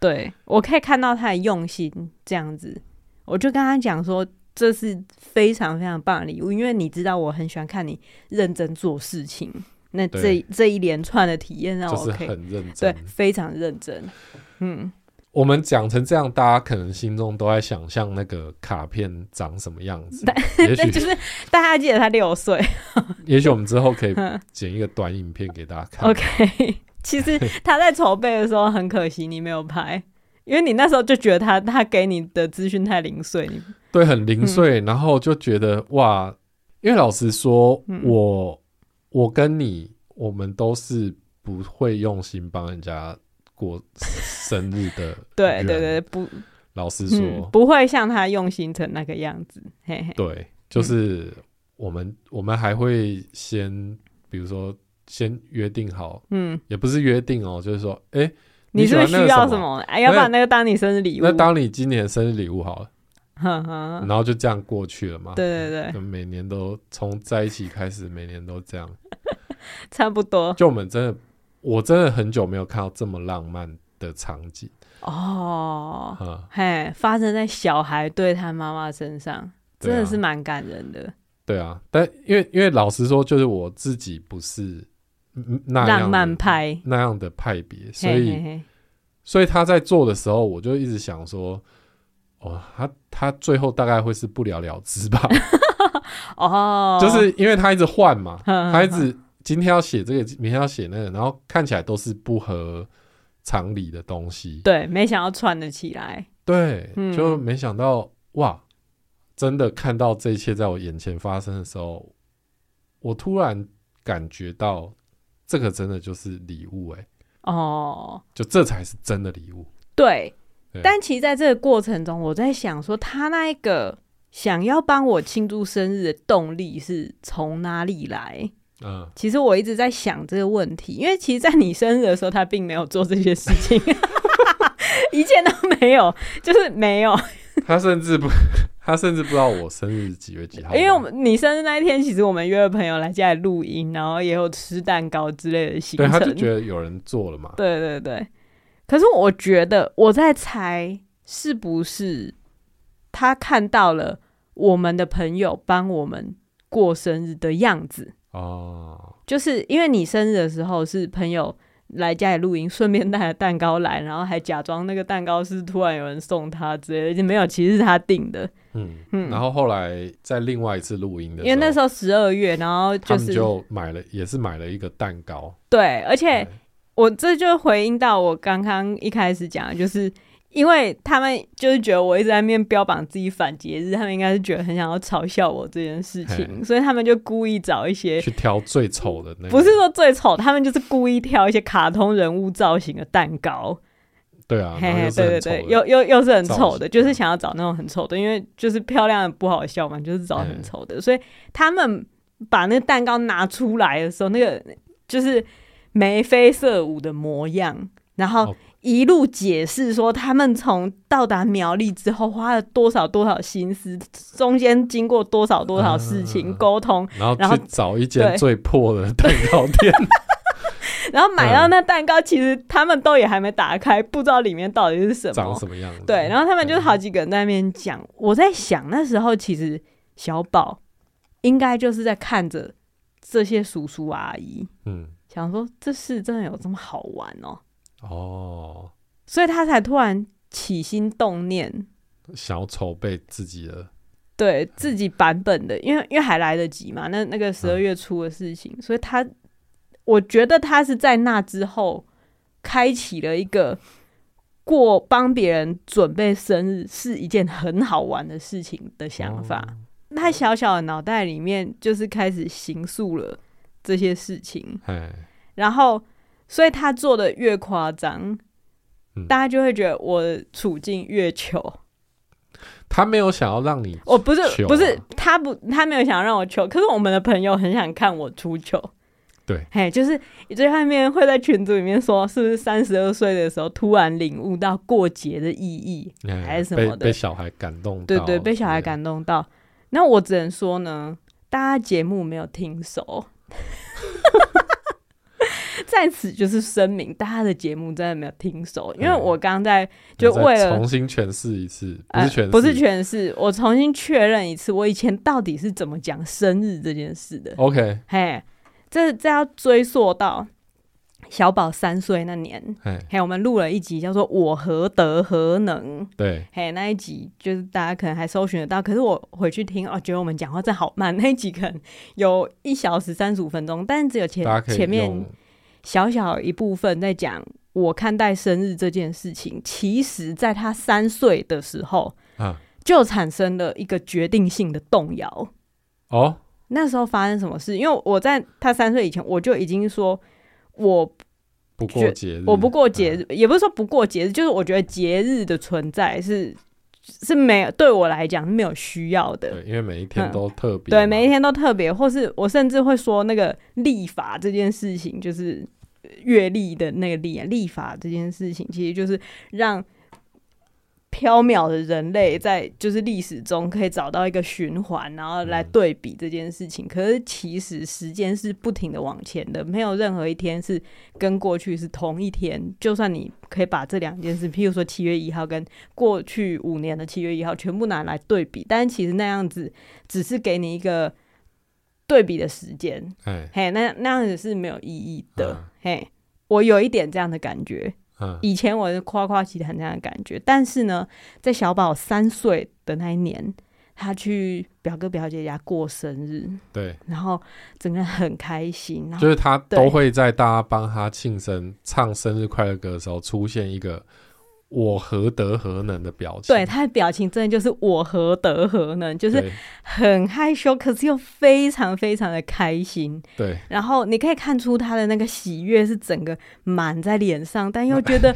Speaker 1: 对我可以看到他的用心，这样子，我就跟他讲说，这是非常非常棒的礼物，因为你知道我很喜欢看你认真做事情，那这
Speaker 2: 对
Speaker 1: 这一连串的体验让
Speaker 2: 就
Speaker 1: 我
Speaker 2: 是
Speaker 1: 可以、
Speaker 2: 很认
Speaker 1: 对
Speaker 2: 真。
Speaker 1: 非常认真，嗯，
Speaker 2: 我们讲成这样，大家可能心中都在想象那个卡片长什么样子。 也
Speaker 1: 但就
Speaker 2: 许，
Speaker 1: 是大家记得他六 岁
Speaker 2: 也许我们之后可以
Speaker 1: 嗯
Speaker 2: 剪一个短影片给大家 看。
Speaker 1: ，OK，其实他在筹备的时候很可惜你没有拍。因为你那时候就觉得他他给你的资讯太零碎，你
Speaker 2: 对，很零碎，然后就觉得哇，因为老实说，
Speaker 1: 嗯
Speaker 2: 我我跟你，我们都是不会用心帮人家过生日的人，
Speaker 1: 对对对，不，
Speaker 2: 老实说，
Speaker 1: 嗯，不会像他用心成那个样子，嘿嘿，
Speaker 2: 对，就是我们、我们还会先，比如说先约定好，
Speaker 1: 嗯，
Speaker 2: 也不是约定哦，就是说，哎、
Speaker 1: 你
Speaker 2: 喜
Speaker 1: 是不
Speaker 2: 欢
Speaker 1: 是
Speaker 2: 那
Speaker 1: 需
Speaker 2: 个
Speaker 1: 要
Speaker 2: 什
Speaker 1: 什？么？哎，要不然那个当你生日礼物，
Speaker 2: 那当嗯你今年生日礼物好了，
Speaker 1: 呵呵，
Speaker 2: 然后就这样过去了嘛。
Speaker 1: 对对对
Speaker 2: 就每年都从在一起开始，每年都这样。
Speaker 1: 差不多
Speaker 2: 就我们真的，我真的很久没有看到这么浪漫的场景
Speaker 1: 哦，
Speaker 2: 啊、
Speaker 1: 嘿，发生在小孩对他妈妈身上，
Speaker 2: 对
Speaker 1: 真
Speaker 2: 啊
Speaker 1: 的是蛮感人的，
Speaker 2: 对啊，但因为因为老实说，就是我自己不是嗯那样的
Speaker 1: 浪漫派，
Speaker 2: 那样的派别，所
Speaker 1: 嘿
Speaker 2: 以
Speaker 1: 嘿嘿，
Speaker 2: 所以他在做的时候，我就一直想说，哦，他他最后大概会是不了了之吧，
Speaker 1: 哦，
Speaker 2: 就是 因为他一直换嘛，
Speaker 1: 嗯
Speaker 2: 他一直今天要写这个，明天要写那个，然后看起来都是不合常理的东西，
Speaker 1: 对，没想到串得起来，
Speaker 2: 对，
Speaker 1: 嗯
Speaker 2: 就没想到哇，真的看到这一切在我眼前发生的时候，我突然感觉到这个真的就是礼物、欸，哎，
Speaker 1: 哦，
Speaker 2: 就这才是真的礼物，
Speaker 1: 对
Speaker 2: 对，
Speaker 1: 但其实在这个过程中，我在想说，他那一个想要帮我庆祝生日的动力是从哪里来？
Speaker 2: 嗯，
Speaker 1: 其实我一直在想这个问题，因为其实，在你生日的时候，他并没有做这些事 情，一件都没有，就是没有。
Speaker 2: 他甚至不，他甚至不知道我生日几月几号。
Speaker 1: 因为我们你生日那一天，其实我们约了朋友来家里录音，然后也有吃蛋糕之类的行
Speaker 2: 对，
Speaker 1: 程。
Speaker 2: 他就觉得有人做了嘛。
Speaker 1: 对对对，可是我觉得我在猜，是不是他看到了我们的朋友帮我们过生日的样子？
Speaker 2: 哦，
Speaker 1: 就是因为你生日的时候是朋友来家里录音，顺便带了蛋糕来，然后还假装那个蛋糕是突然有人送他之类的，就没有，其实是他订的。
Speaker 2: 嗯，
Speaker 1: 嗯
Speaker 2: 然后后来在另外一次录音的时
Speaker 1: 因
Speaker 2: 候，
Speaker 1: 为那时候十二月，然后
Speaker 2: 他
Speaker 1: 就
Speaker 2: 们
Speaker 1: 是
Speaker 2: 就买了，也是买了一个蛋糕。
Speaker 1: 对，而且
Speaker 2: 对，
Speaker 1: 我这就回应到我刚刚一开始讲的，就是因为他们就是觉得我一直在面标榜自己反节日，他们应该是觉得很想要嘲笑我这件事 情，所以他们就故意找一些
Speaker 2: 去挑最丑的那个，
Speaker 1: 不是说最丑，他们就是故意挑一些卡通人物造型的蛋糕，
Speaker 2: 对啊，
Speaker 1: 嘿
Speaker 2: 然后
Speaker 1: 嘿，
Speaker 2: 又是很
Speaker 1: 对对
Speaker 2: 丑
Speaker 1: 对，
Speaker 2: 的
Speaker 1: 又又又是很
Speaker 2: 造
Speaker 1: 丑
Speaker 2: 型嗯
Speaker 1: 的，就是想要找那种很丑的，因为就是漂亮的不好笑嘛，就是找很
Speaker 2: 嗯
Speaker 1: 丑的，所以他们把那个蛋糕拿出来的时候，那个就是眉飞色舞的模样，然后
Speaker 2: 哦
Speaker 1: 一路解释说他们从到达苗栗之后花了多少多少心思，中间经过多少多少事
Speaker 2: 嗯嗯
Speaker 1: 情
Speaker 2: 嗯
Speaker 1: 沟通，
Speaker 2: 然后
Speaker 1: 然后
Speaker 2: 去找一间
Speaker 1: 对
Speaker 2: 最破的蛋 糕店，
Speaker 1: 然后买
Speaker 2: 嗯
Speaker 1: 到那蛋糕，其实他们都也还没打开，不知道里面到底是什
Speaker 2: 长
Speaker 1: 么。
Speaker 2: 什么样子？
Speaker 1: 对，然后他们就
Speaker 2: 对
Speaker 1: 好几个人在那边讲。我在想，那时候其实小宝应该就是在看着这些叔叔阿姨，
Speaker 2: 嗯，
Speaker 1: 想说这事真的有这么好玩哦，
Speaker 2: 哦，
Speaker 1: 所以他才突然起心动念，
Speaker 2: 想要筹备自己的，
Speaker 1: 对自己版本的，因为因为还来得及嘛，那那个十二月初的事情，所以他我觉得他是在那之后开启了一个过帮别人准备生日是一件很好玩的事情的想法。
Speaker 2: 哦
Speaker 1: 那他小小的脑袋里面就是开始形塑了这些事情，
Speaker 2: 哎，
Speaker 1: 然后所以他做的越夸张
Speaker 2: 嗯。
Speaker 1: 大家就会觉得我的处境越糗，
Speaker 2: 他没有想要让你
Speaker 1: 我不是
Speaker 2: 糗啊
Speaker 1: 不是他不他没有想让我求，可是我们的朋友很想看我出糗。
Speaker 2: 对，
Speaker 1: 嘿，就是最后面会在群组里面说，是不是三十二岁的时候突然领悟到过节的意义？
Speaker 2: 哎
Speaker 1: 还是什
Speaker 2: 被
Speaker 1: 么的
Speaker 2: 被小孩感动到，
Speaker 1: 对对，被小孩
Speaker 2: 对
Speaker 1: 感动到。那我只能说呢，大家节目没有听熟， 在此就是声明，大家的节目真的没有听熟，因为
Speaker 2: 嗯
Speaker 1: 我刚刚在就为
Speaker 2: 再
Speaker 1: 了
Speaker 2: 重新诠释一次，不
Speaker 1: 呃
Speaker 2: 是诠释、
Speaker 1: 不是全是，我重新确认一次，我以前到底是怎么讲生日这件事的。
Speaker 2: OK，
Speaker 1: 嘿，这这要追溯到小宝三岁那年，
Speaker 2: 哎，
Speaker 1: 嘿，我们录了一集叫做《我何德何能》，
Speaker 2: 对，
Speaker 1: 嘿，那一集就是大家可能还搜寻得到，可是我回去听哦，觉得我们讲话真好慢，那一集可能有一小时三十五分钟，但是只有前
Speaker 2: 大家可以
Speaker 1: 前面
Speaker 2: 用
Speaker 1: 小小一部分在讲我看待生日这件事情，其实在他三岁的时候
Speaker 2: 啊，
Speaker 1: 就产生了一个决定性的动摇。
Speaker 2: 哦，
Speaker 1: 那时候发生什么事？因为我在他三岁以前，我就已经说我
Speaker 2: 不过
Speaker 1: 觉
Speaker 2: 节日，嗯
Speaker 1: 我不过节日，也不是说不过节日，就是我觉得节日的存在是是没有对我来讲是没有需要的。
Speaker 2: 对，因为每一天
Speaker 1: 嗯
Speaker 2: 都特别嘛，
Speaker 1: 对，每一天都特别，或是我甚至会说那个立法这件事情，就是呃阅历的那个历啊，立法这件事情，其实就是让缥缈的人类在就是历史中可以找到一个循环，然后来
Speaker 2: 嗯
Speaker 1: 对比这件事情。可是其实时间是不停的往前的，没有任何一天是跟过去是同一天。就算你可以把这两件事，譬如说七月一号跟过去五年的七月一号全部拿来对比，但其实那样子只是给你一个对比的时间，
Speaker 2: 哎，
Speaker 1: 嘿，那那样子是没有意义的，
Speaker 2: 嗯
Speaker 1: 嘿。我有一点这样的感觉，
Speaker 2: 嗯
Speaker 1: 以前我是夸夸其谈这样的感觉，但是呢，在小宝三岁的那一年，他去表哥表姐家过生日，
Speaker 2: 对，
Speaker 1: 然后整个人很开心，然后
Speaker 2: 就是他
Speaker 1: 啊对
Speaker 2: 都会在大家帮他庆生、唱生日快乐歌的时候，出现一个“我何德何能”的表情。
Speaker 1: 对他的表情真的就是我何德何能，就是
Speaker 2: 对
Speaker 1: 很害羞，可是又非常非常的开心。
Speaker 2: 对
Speaker 1: 然后你可以看出他的那个喜悦是整个满在脸上，但又觉得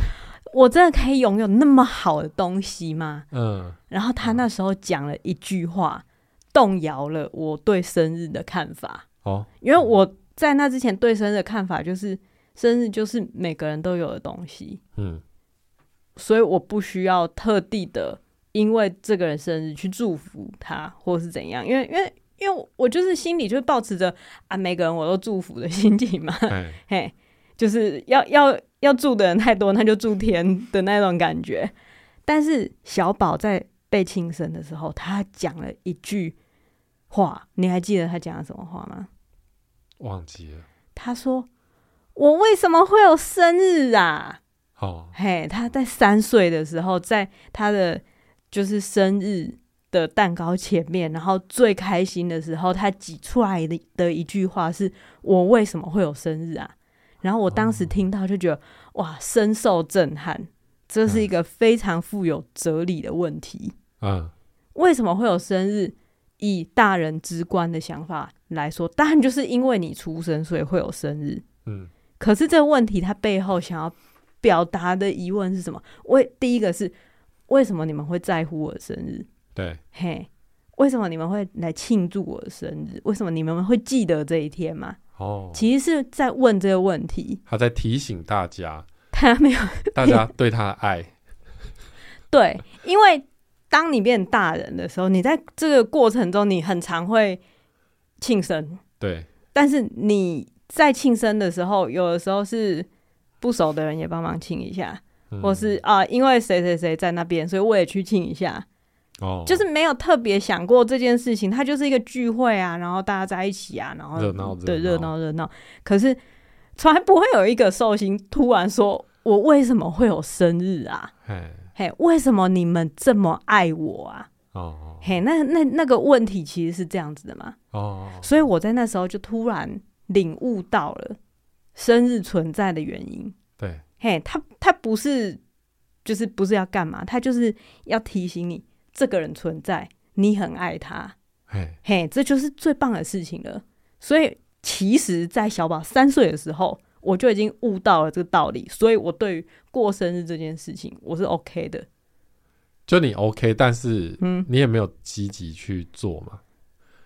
Speaker 1: 我真的可以拥有那么好的东西 吗？
Speaker 2: 嗯，
Speaker 1: 然后他那时候讲了一句话，动摇了我对生日的看法，
Speaker 2: 哦，
Speaker 1: 因为我在那之前对生日的看法就是，生日就是每个人都有的东西，
Speaker 2: 嗯，
Speaker 1: 所以我不需要特地的因为这个人生日去祝福他，或是怎样，因为因为。因为我就是心里就是保持着啊，每个人我都祝福的心情嘛，
Speaker 2: 哎，
Speaker 1: 嘿，就是要要要住的人太多，那就住天的那种感觉。但是小宝在被轻生的时候，他讲了一句话，你还记得他讲了什么话吗？
Speaker 2: 忘记了。
Speaker 1: 他说：“我为什么会有生日啊？”
Speaker 2: 哦，
Speaker 1: 嘿，他在三岁的时候，在他的就是生日的蛋糕前面，然后最开心的时候，他挤出来的的一句话是：“我为什么会有生日啊？”然后我当时听到就觉得、哇，深受震撼。这是一个非常富有哲理的问题。
Speaker 2: 嗯，
Speaker 1: 为什么会有生日？以大人之观的想法来说，当然就是因为你出生，所以会有生日。
Speaker 2: 嗯，
Speaker 1: 可是这个问题，它背后想要表达的疑问是什么？为第一个是为什么你们会在乎我的生日？
Speaker 2: 对，
Speaker 1: 嘿，为什么你们会来庆祝我的生日？为什么你们会记得这一天吗？
Speaker 2: 哦，
Speaker 1: 其实是在问这个问题，
Speaker 2: 他在提醒大家，
Speaker 1: 他没有
Speaker 2: 大家对他的爱。
Speaker 1: 对，因为当你变大人的时候，你在这个过程中，你很常会庆生，
Speaker 2: 对，
Speaker 1: 但是你在庆生的时候，有的时候是不熟的人也帮忙庆一下，
Speaker 2: 嗯
Speaker 1: 或是啊、因为谁谁谁在那边，所以我也去庆一下，
Speaker 2: 哦，
Speaker 1: 就是没有特别想过这件事情，它就是一个聚会啊，然后大家在一起啊，然后
Speaker 2: 热闹
Speaker 1: 对
Speaker 2: 热
Speaker 1: 热
Speaker 2: 闹
Speaker 1: 闹热闹，可是从来不会有一个寿星突然说我为什么会有生日啊？
Speaker 2: 哎，
Speaker 1: 嘿，为什么你们这么爱我啊？
Speaker 2: 哦
Speaker 1: 嘿，那那那个问题其实是这样子的嘛，
Speaker 2: 哦哦，
Speaker 1: 所以我在那时候就突然领悟到了生日存在的原因。
Speaker 2: 对，
Speaker 1: 嘿，他他不是就是不是要干嘛，他就是要提醒你这个人存在，你很爱他，
Speaker 2: 哎，
Speaker 1: 嘿，这就是最棒的事情了。所以其实，在小宝三岁的时候，我就已经悟到了这个道理，所以我对于过生日这件事情，我是 OK 的。
Speaker 2: 就你 OK，但是
Speaker 1: 嗯，
Speaker 2: 你也没有积极去做嘛。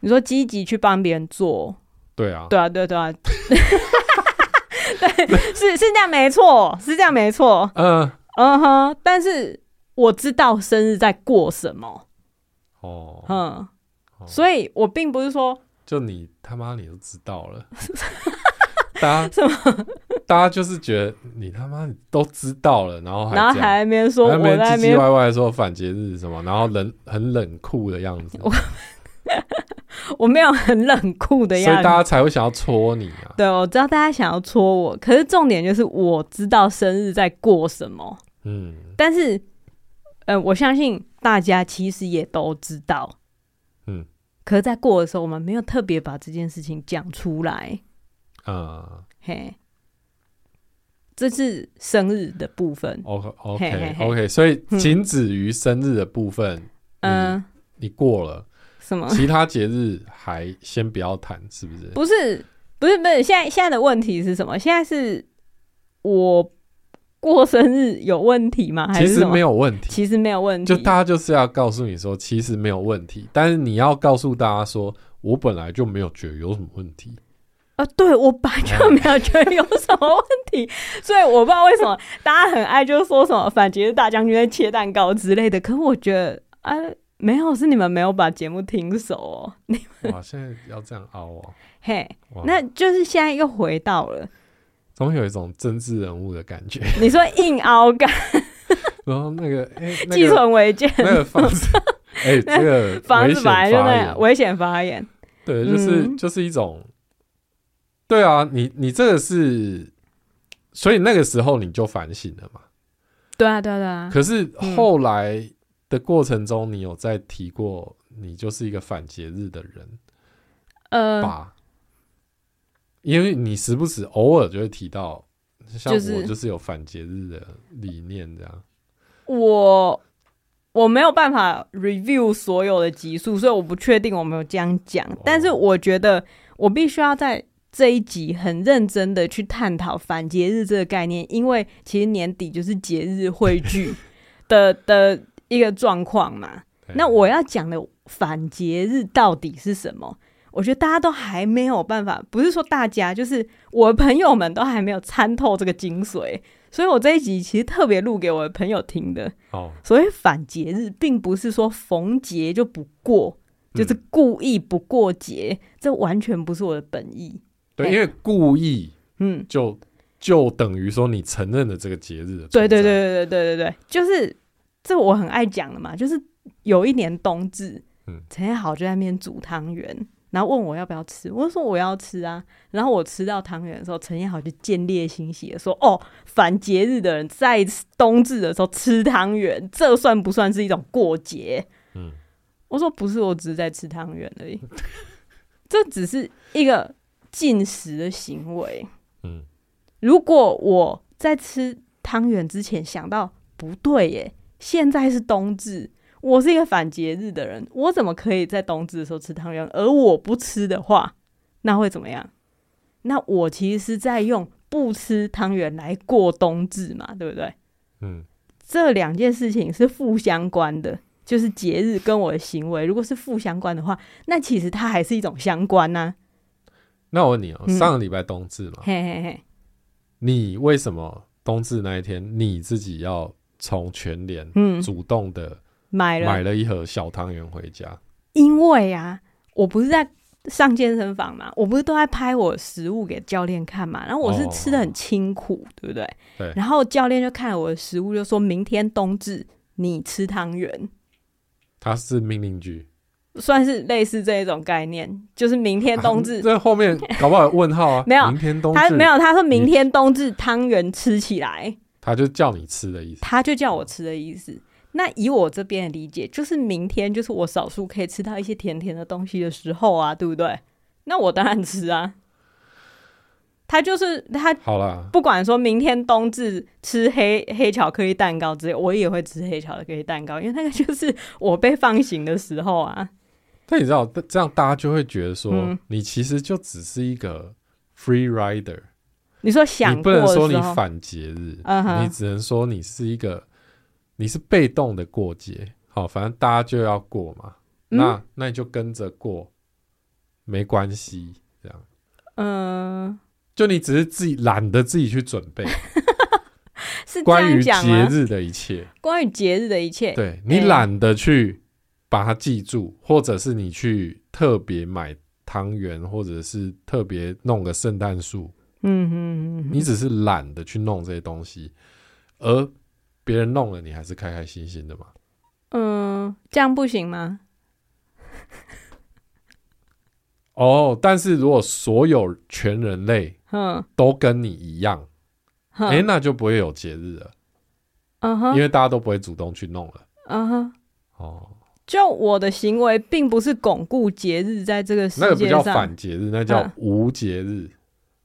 Speaker 1: 你说积极去帮别人做，
Speaker 2: 对啊，
Speaker 1: 对啊，对啊对啊， 对，是是这样没错，是这样没错，
Speaker 2: 嗯，
Speaker 1: 嗯哼。但是我知道生日在过什么，
Speaker 2: 哦，
Speaker 1: 嗯。
Speaker 2: 哦
Speaker 1: 所以我并不是说
Speaker 2: 就你他妈你都知道 了，大家
Speaker 1: 什
Speaker 2: 大家就是觉得你他妈都知道了，然后还
Speaker 1: 然后
Speaker 2: 这样
Speaker 1: 还没说
Speaker 2: 还
Speaker 1: 我在
Speaker 2: 没
Speaker 1: 那
Speaker 2: 唧唧
Speaker 1: 边
Speaker 2: 歪歪说反节日什么，然后冷很冷酷的样子，
Speaker 1: 我没有很冷酷的
Speaker 2: 所以
Speaker 1: 样子。
Speaker 2: 大家才会想要戳你啊。
Speaker 1: 对，我知道大家想要戳我，可是重点就是我知道生日在过什么，
Speaker 2: 嗯
Speaker 1: 但是，呃，我相信大家其实也都知道，
Speaker 2: 嗯，
Speaker 1: 可是在过的时候，我们没有特别
Speaker 2: 嗯
Speaker 1: 把这件事情讲出来，
Speaker 2: 啊、
Speaker 1: 嘿，这是生日的部分。
Speaker 2: 哦 OK
Speaker 1: 嘿嘿
Speaker 2: OK
Speaker 1: 嘿
Speaker 2: OK，所以仅止于生日的部分，
Speaker 1: 嗯、哦
Speaker 2: 你过了，
Speaker 1: 什么？
Speaker 2: 其他节日还先不要谈，是不是？
Speaker 1: 不是，不是，不是。现在现在的问题是什么？现在是我过生日有问题吗？还
Speaker 2: 其
Speaker 1: 是
Speaker 2: 实
Speaker 1: 什么
Speaker 2: 没？有问题，
Speaker 1: 其实没有问题。
Speaker 2: 就大家就是要告诉你说，其实没有问题，但是你要告诉大家说，我本来就没有觉得有什么问 题。
Speaker 1: 啊，对我本来就没有觉得有什么问 题，所以我不知道为什么大家很爱就说什么反节日大将军在切蛋糕之类的。可我觉得啊，没有，是你们没有把节目听熟哦。
Speaker 2: 哇，现在要这样凹哦、
Speaker 1: 嘿，
Speaker 2: 哇，
Speaker 1: 那就是现在又回到了
Speaker 2: 总有一种政治人物的感 觉。
Speaker 1: 你说硬凹感、
Speaker 2: 然后那个，哎、 那
Speaker 1: 寄
Speaker 2: 个
Speaker 1: 存违建、
Speaker 2: 那个房 子，哎、这个
Speaker 1: 房
Speaker 2: 危
Speaker 1: 子
Speaker 2: 险
Speaker 1: 本来就
Speaker 2: 发
Speaker 1: 那
Speaker 2: 言
Speaker 1: 样，危险发言。
Speaker 2: 对，就是、
Speaker 1: 嗯
Speaker 2: 就是一种，对啊，你你这个是，所以那个时候你就反省了嘛。
Speaker 1: 对啊，对啊，对啊。
Speaker 2: 可是
Speaker 1: 嗯
Speaker 2: 后来的过程中，你有在提过，你就是一个反节日的人
Speaker 1: 呃，
Speaker 2: 吧？因为你时不时偶尔就会提到，像
Speaker 1: 就
Speaker 2: 我
Speaker 1: 是
Speaker 2: 就是有反节日的理念这样。
Speaker 1: 我我没有办法 review 所有的集数，所以我不确定我没有这样讲。但是我觉得我必须要在这一集很认真的去探讨反节日这个概念，因为其实年底就是节日汇聚的 的一个状况嘛。
Speaker 2: 对
Speaker 1: 那我要讲的反节日到底是什么？我觉得大家都还没有办法，不是说大家，就是我的朋友们都还没有参透这个精髓，所以我这一集其实特别录给我的朋友听的。
Speaker 2: 哦，
Speaker 1: 所谓反节日，并不是说逢节就不过，就是
Speaker 2: 嗯
Speaker 1: 故意不过节，这完全不是我的本意。
Speaker 2: 对，
Speaker 1: 哎
Speaker 2: 因为故意
Speaker 1: 嗯，
Speaker 2: 就就等于说你承认了这个节日的
Speaker 1: 对对对
Speaker 2: 存在，
Speaker 1: 对对对对对，就是这我很爱讲的嘛，就是有一年冬至
Speaker 2: 嗯，
Speaker 1: 陈彦豪就在那边煮汤圆，然后问我要不要吃，我就说我要吃啊，然后我吃到汤圆的时候，陈彦豪就见猎心喜的说，哦，反节日的人在冬至的时候吃汤圆，这算不算是一种过节？
Speaker 2: 嗯，
Speaker 1: 我说不是，我只是在吃汤圆而已，这只是一个进食的行为。
Speaker 2: 嗯。
Speaker 1: 如果我在吃汤圆之前想到不对耶，现在是冬至，我是一个反节日的人，我怎么可以在冬至的时候吃汤圆？而我不吃的话，那会怎么样？那我其实是在用不吃汤圆来过冬至嘛，对不对？
Speaker 2: 嗯
Speaker 1: 这两件事情是负相关的，就是节日跟我的行为，如果是负相关的话，那其实它还是一种相关呐、，
Speaker 2: 那我问你哦、
Speaker 1: 嗯
Speaker 2: 上个礼拜冬至嘛，
Speaker 1: 嘿嘿嘿，
Speaker 2: 你为什么冬至那一天你自己要从全联
Speaker 1: 嗯，
Speaker 2: 主动的
Speaker 1: 买了
Speaker 2: 买了一盒小汤圆回家？
Speaker 1: 因为啊，我不是在上健身房嘛，我不是都在拍我食物给教练看嘛，然后我是
Speaker 2: 哦
Speaker 1: 吃的很清苦，对不对？
Speaker 2: 对
Speaker 1: 然后教练就看了我的食物，就说明天冬至你吃汤圆，
Speaker 2: 它是命令句，
Speaker 1: 算是类似这一种概念，就是明天冬至。
Speaker 2: 啊 这后面搞不好有问号啊
Speaker 1: ，没有
Speaker 2: 明天冬
Speaker 1: 他
Speaker 2: 至
Speaker 1: 没，有，他说明天冬至汤圆吃起来，
Speaker 2: 他就叫你吃的意思。
Speaker 1: 他就叫我吃的意思。那以我这边的理解，就是明天就是我少数可以吃到一些甜甜的东西的时候啊，对不对？那我当然吃啊。他就是他
Speaker 2: 好啦，
Speaker 1: 不管说明天冬至吃黑黑巧克力蛋糕之类，我也会吃黑巧克力蛋糕，因为那个就是我被放行的时候啊。
Speaker 2: 但你知道这样大家就会觉得说，
Speaker 1: 嗯
Speaker 2: 你其实就只是一个 free rider，
Speaker 1: 你说想
Speaker 2: 你不
Speaker 1: 过
Speaker 2: 能
Speaker 1: 的时候，
Speaker 2: 说你反节日，
Speaker 1: 嗯哼
Speaker 2: 你只能说你是一个你是被动的过节。好，反正大家就要过嘛，
Speaker 1: 嗯
Speaker 2: 那那你就跟着过，没关系。这样，
Speaker 1: 嗯、
Speaker 2: 就你只是自己懒得自己去准 备
Speaker 1: 是这
Speaker 2: 关
Speaker 1: 样
Speaker 2: 于
Speaker 1: 讲
Speaker 2: 节
Speaker 1: 吗？哎
Speaker 2: 日的一切，
Speaker 1: 关于节日的一切，
Speaker 2: 对你懒得去把它记住，或者是你去特别买汤圆，或者是特别弄个圣诞树，
Speaker 1: 嗯嗯嗯，
Speaker 2: 你只是懒得去弄这些东西，而别人弄了，你还是开开心心的嘛。
Speaker 1: 嗯，这样不行吗？
Speaker 2: 哦，但是如果所有全人类
Speaker 1: 嗯，
Speaker 2: 都跟你一样，
Speaker 1: 哼
Speaker 2: 哎、那就不会有节日了，
Speaker 1: 嗯
Speaker 2: 因
Speaker 1: 哼，
Speaker 2: 为大家都不会主动去弄了。
Speaker 1: 嗯哼，
Speaker 2: 哦，
Speaker 1: 就我的行为并不是巩固节日在这个世
Speaker 2: 那个不
Speaker 1: 界
Speaker 2: 叫
Speaker 1: 上，
Speaker 2: 反节日，那叫
Speaker 1: 嗯
Speaker 2: 无节日。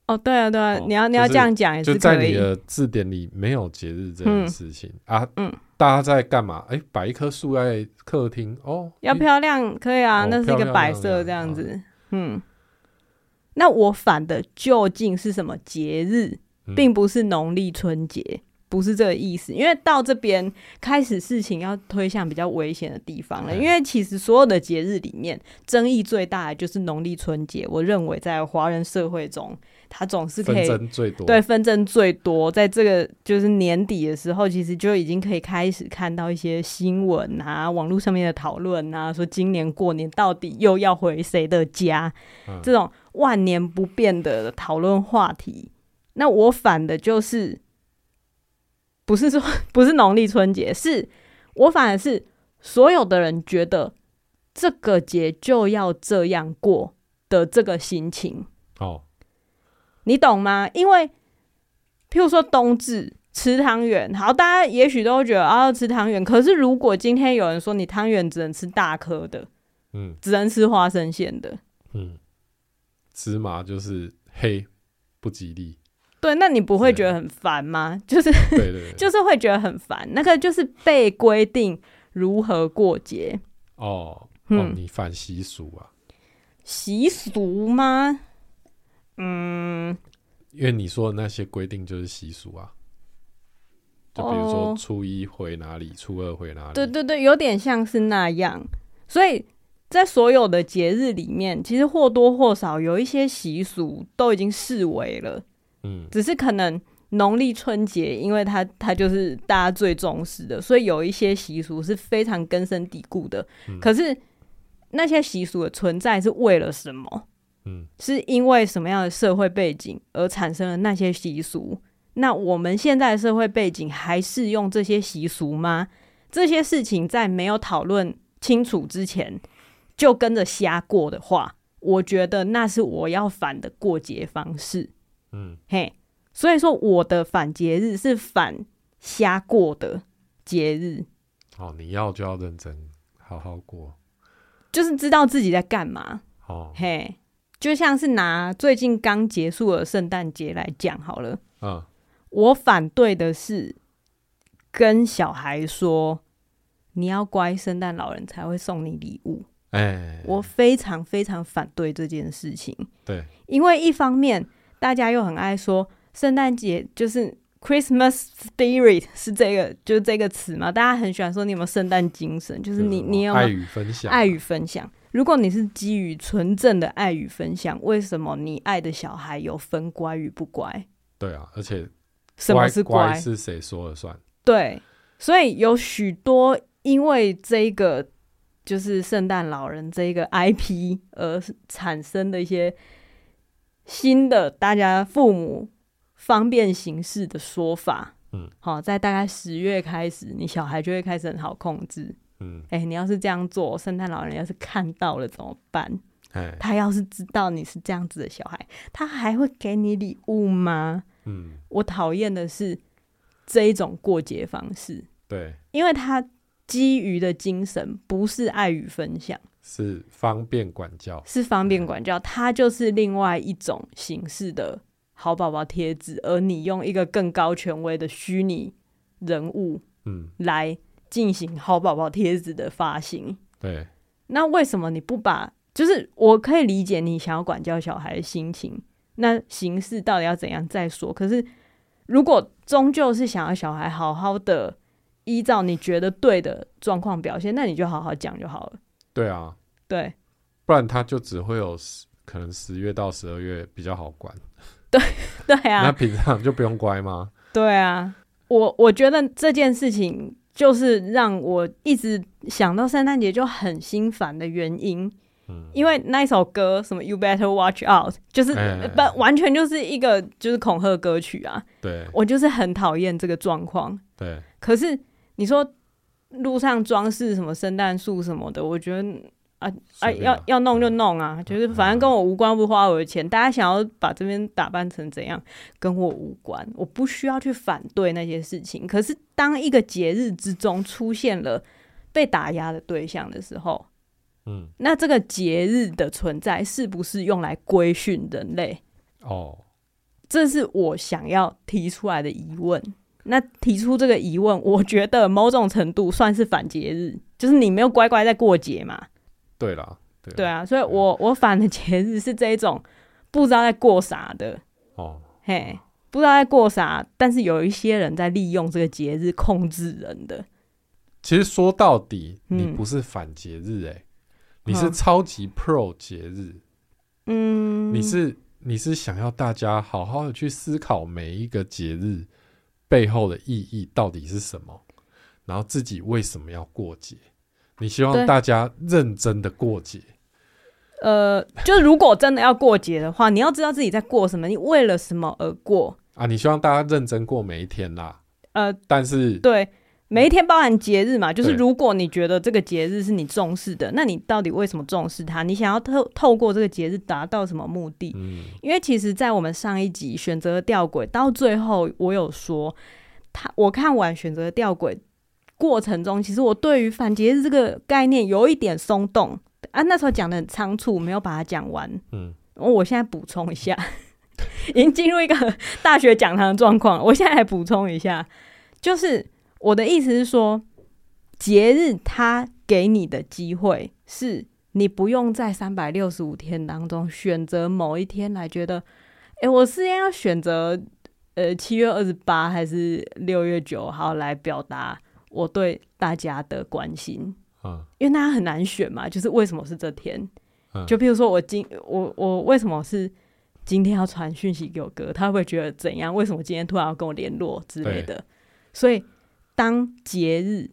Speaker 1: 哦，对啊，对啊，
Speaker 2: 哦
Speaker 1: 你要你要
Speaker 2: 就是
Speaker 1: 这样讲也
Speaker 2: 就是在
Speaker 1: 可
Speaker 2: 你
Speaker 1: 以。
Speaker 2: 的字典里没有节日这件
Speaker 1: 嗯
Speaker 2: 事情、啊。
Speaker 1: 嗯
Speaker 2: 大家在干嘛？哎、摆一棵树在客厅哦，
Speaker 1: 要
Speaker 2: 一
Speaker 1: 漂亮可以啊，
Speaker 2: 哦
Speaker 1: 那是一
Speaker 2: 漂
Speaker 1: 个
Speaker 2: 亮
Speaker 1: 摆
Speaker 2: 漂
Speaker 1: 设
Speaker 2: 亮
Speaker 1: 这样
Speaker 2: 嗯
Speaker 1: 子。嗯，那我反的究竟是什么节日，
Speaker 2: 嗯
Speaker 1: 并不是农历春节，不是这个意思。因为到这边开始事情要推向比较危险的地方了。
Speaker 2: 嗯
Speaker 1: 因为其实所有的节日里面，争议最大的就是农历春节。我认为在华人社会中，它总是可
Speaker 2: 纷
Speaker 1: 以
Speaker 2: 争最多。
Speaker 1: 对，纷争最多，在这个就是年底的时候，其实就已经可以开始看到一些新闻啊，网络上面的讨论啊，说今年过年到底又要回谁的家，
Speaker 2: 嗯
Speaker 1: 这种万年不变的讨论话题。那我反的就是，不是说 不是农历春节，是我反而是所有的人觉得这个节就要这样过的这个心情。
Speaker 2: 哦，
Speaker 1: 你懂吗？因为譬如说冬至吃汤圆，好，大家也许都会觉得啊要吃汤圆，可是如果今天有人说你汤圆只能吃大颗的，
Speaker 2: 嗯
Speaker 1: 只能吃花生馅的，
Speaker 2: 嗯，芝麻就是黑，不吉利。
Speaker 1: 对，那你不会
Speaker 2: 对
Speaker 1: 觉得很烦吗？就是
Speaker 2: 对对 对，
Speaker 1: 就是会觉得很烦，那个就是被规定如何过节
Speaker 2: 哦、哦
Speaker 1: 嗯，
Speaker 2: 你反习俗啊，
Speaker 1: 习俗吗？嗯，
Speaker 2: 因为你说的那些规定就是习俗啊。就比如说
Speaker 1: 哦
Speaker 2: 初一回哪里，初二回哪里。
Speaker 1: 对对对，有点像是那样。所以在所有的节日里面，其实或多或少有一些习俗都已经视为了，
Speaker 2: 嗯
Speaker 1: 只是可能农历春节，因为它它就是大家最重视的，所以有一些习俗是非常根深蒂固的。
Speaker 2: 嗯
Speaker 1: 可是那些习俗的存在是为了什么？
Speaker 2: 嗯
Speaker 1: 是因为什么样的社会背景而产生了那些习俗？那我们现在的社会背景还适用这些习俗吗？这些事情在没有讨论清楚之前，就跟着瞎过的话，我觉得那是我要反的过节方式。
Speaker 2: 嗯，
Speaker 1: 嘿，所以说我的反节日是反瞎过的节日，
Speaker 2: 哦，你要就要认真好好过。
Speaker 1: 就是知道自己在干嘛。
Speaker 2: 哦，
Speaker 1: 嘿，就像是拿最近刚结束的圣诞节来讲好了，
Speaker 2: 嗯
Speaker 1: 我反对的是跟小孩说你要乖，圣诞老人才会送你礼物。
Speaker 2: 哎，
Speaker 1: 我非常非常反对这件事情，
Speaker 2: 对，
Speaker 1: 因为一方面大家又很爱说圣诞节就是 Christmas spirit 是这个就是这个词嘛，大家很喜欢说你有没有圣诞精神，就是你
Speaker 2: 什么
Speaker 1: 你有没有
Speaker 2: 爱与分享，啊
Speaker 1: 爱与分享。如果你是基于纯正的爱与分享，为什么你爱的小孩有分乖与不乖？
Speaker 2: 对啊，而且
Speaker 1: 什么是
Speaker 2: 乖是谁说了算？
Speaker 1: 对，所以有许多因为这一个就是圣诞老人这一个 IP 而产生的一些新的大家父母方便行事的说法。
Speaker 2: 嗯，
Speaker 1: 好，在大概十月开始，你小孩就会开始很好控制。
Speaker 2: 嗯，
Speaker 1: 哎、你要是这样做，圣诞老人要是看到了怎么办？
Speaker 2: 哎，
Speaker 1: 他要是知道你是这样子的小孩，他还会给你礼物吗？
Speaker 2: 嗯，
Speaker 1: 我讨厌的是这一种过节方式，
Speaker 2: 对，
Speaker 1: 因为他基于的精神不是爱与分享，
Speaker 2: 是方便管教，
Speaker 1: 是方便管教，它就是另外一种形式的好宝宝贴纸，而你用一个更高权威的虚拟人物
Speaker 2: 嗯，
Speaker 1: 来进行好宝宝贴纸的发行。
Speaker 2: 对，
Speaker 1: 那为什么你不把？就是我可以理解你想要管教小孩的心情，那形式到底要怎样再说？可是如果终究是想要小孩好好的依照你觉得对的状况表现，那你就好好讲就好了。
Speaker 2: 对啊，
Speaker 1: 对，
Speaker 2: 不然他就只会有十，可能十月到十二月比较好管，
Speaker 1: 对
Speaker 2: 那
Speaker 1: 啊，
Speaker 2: 平常就不用乖吗？
Speaker 1: 对啊，我我觉得这件事情就是让我一直想到圣诞节就很心烦的原因。
Speaker 2: 嗯，
Speaker 1: 因为那一首歌什么 "You Better Watch Out" 就是呃
Speaker 2: 哎哎哎
Speaker 1: 不完全就是一个就是恐吓歌曲啊，
Speaker 2: 对
Speaker 1: 我就是很讨厌这个状况。
Speaker 2: 对，
Speaker 1: 可是你说路上装饰什么圣诞树什么的，我觉得啊
Speaker 2: 随便啊
Speaker 1: 要要弄就弄啊，就是反正跟我无关，不花我的钱。大家想要把这边打扮成怎样，跟我无关，我不需要去反对那些事情。可是当一个节日之中出现了被打压的对象的时候，
Speaker 2: 嗯，
Speaker 1: 那这个节日的存在是不是用来规训人类？
Speaker 2: 哦，
Speaker 1: 这是我想要提出来的疑问。那提出这个疑问，我觉得某种程度算是反节日，就是你没有乖乖在过节嘛。
Speaker 2: 对啦，对
Speaker 1: 对啊，所以我
Speaker 2: 嗯
Speaker 1: 我反的节日是这一种不知道在过啥的，
Speaker 2: 哦，
Speaker 1: 嘿，不知道在过啥，但是有一些人在利用这个节日控制人的，
Speaker 2: 其实说到底，
Speaker 1: 嗯
Speaker 2: 你不是反节日、欸，你是
Speaker 1: 嗯
Speaker 2: 超级 pro 节日，
Speaker 1: 嗯，
Speaker 2: 你是你是想要大家好好的去思考每一个节日背后的意义到底是什么，然后自己为什么要过节，你希望
Speaker 1: 对
Speaker 2: 大家认真的过节，
Speaker 1: 呃，就是如果真的要过节的话，你要知道自己在过什么，你为了什么而过，
Speaker 2: 啊，你希望大家认真过每一天啦。
Speaker 1: 呃，
Speaker 2: 但是
Speaker 1: 对。每一天包含节日嘛，就是
Speaker 2: 嗯对
Speaker 1: 如果你觉得这个节日是你重视的，那你到底为什么重视它？你想要透透过这个节日达到什么目的？
Speaker 2: 嗯，
Speaker 1: 因为其实，在我们上一集选择的吊诡到最后，我有说，他我看完选择的吊诡过程中，其实我对于反节日这个概念有一点松动啊。那时候讲的很仓促，没有把它讲完。
Speaker 2: 嗯，
Speaker 1: 哦我现在补充一下， 已经进入一个 大学讲堂的状况了。我现在来补充一下，就是我的意思是说，节日它给你的机会是你不用在三百六十五天当中选择某一天来觉得，诶，我是要选择呃七月二十八还是六月九号来表达我对大家的关心，
Speaker 2: 啊，
Speaker 1: 因为大家很难选嘛，就是为什么是这天？
Speaker 2: 嗯
Speaker 1: 就譬如说我今我我为什么是今天要传讯息给我哥，他会不会觉得怎样？为什么今天突然要跟我联络之类的？所以当节日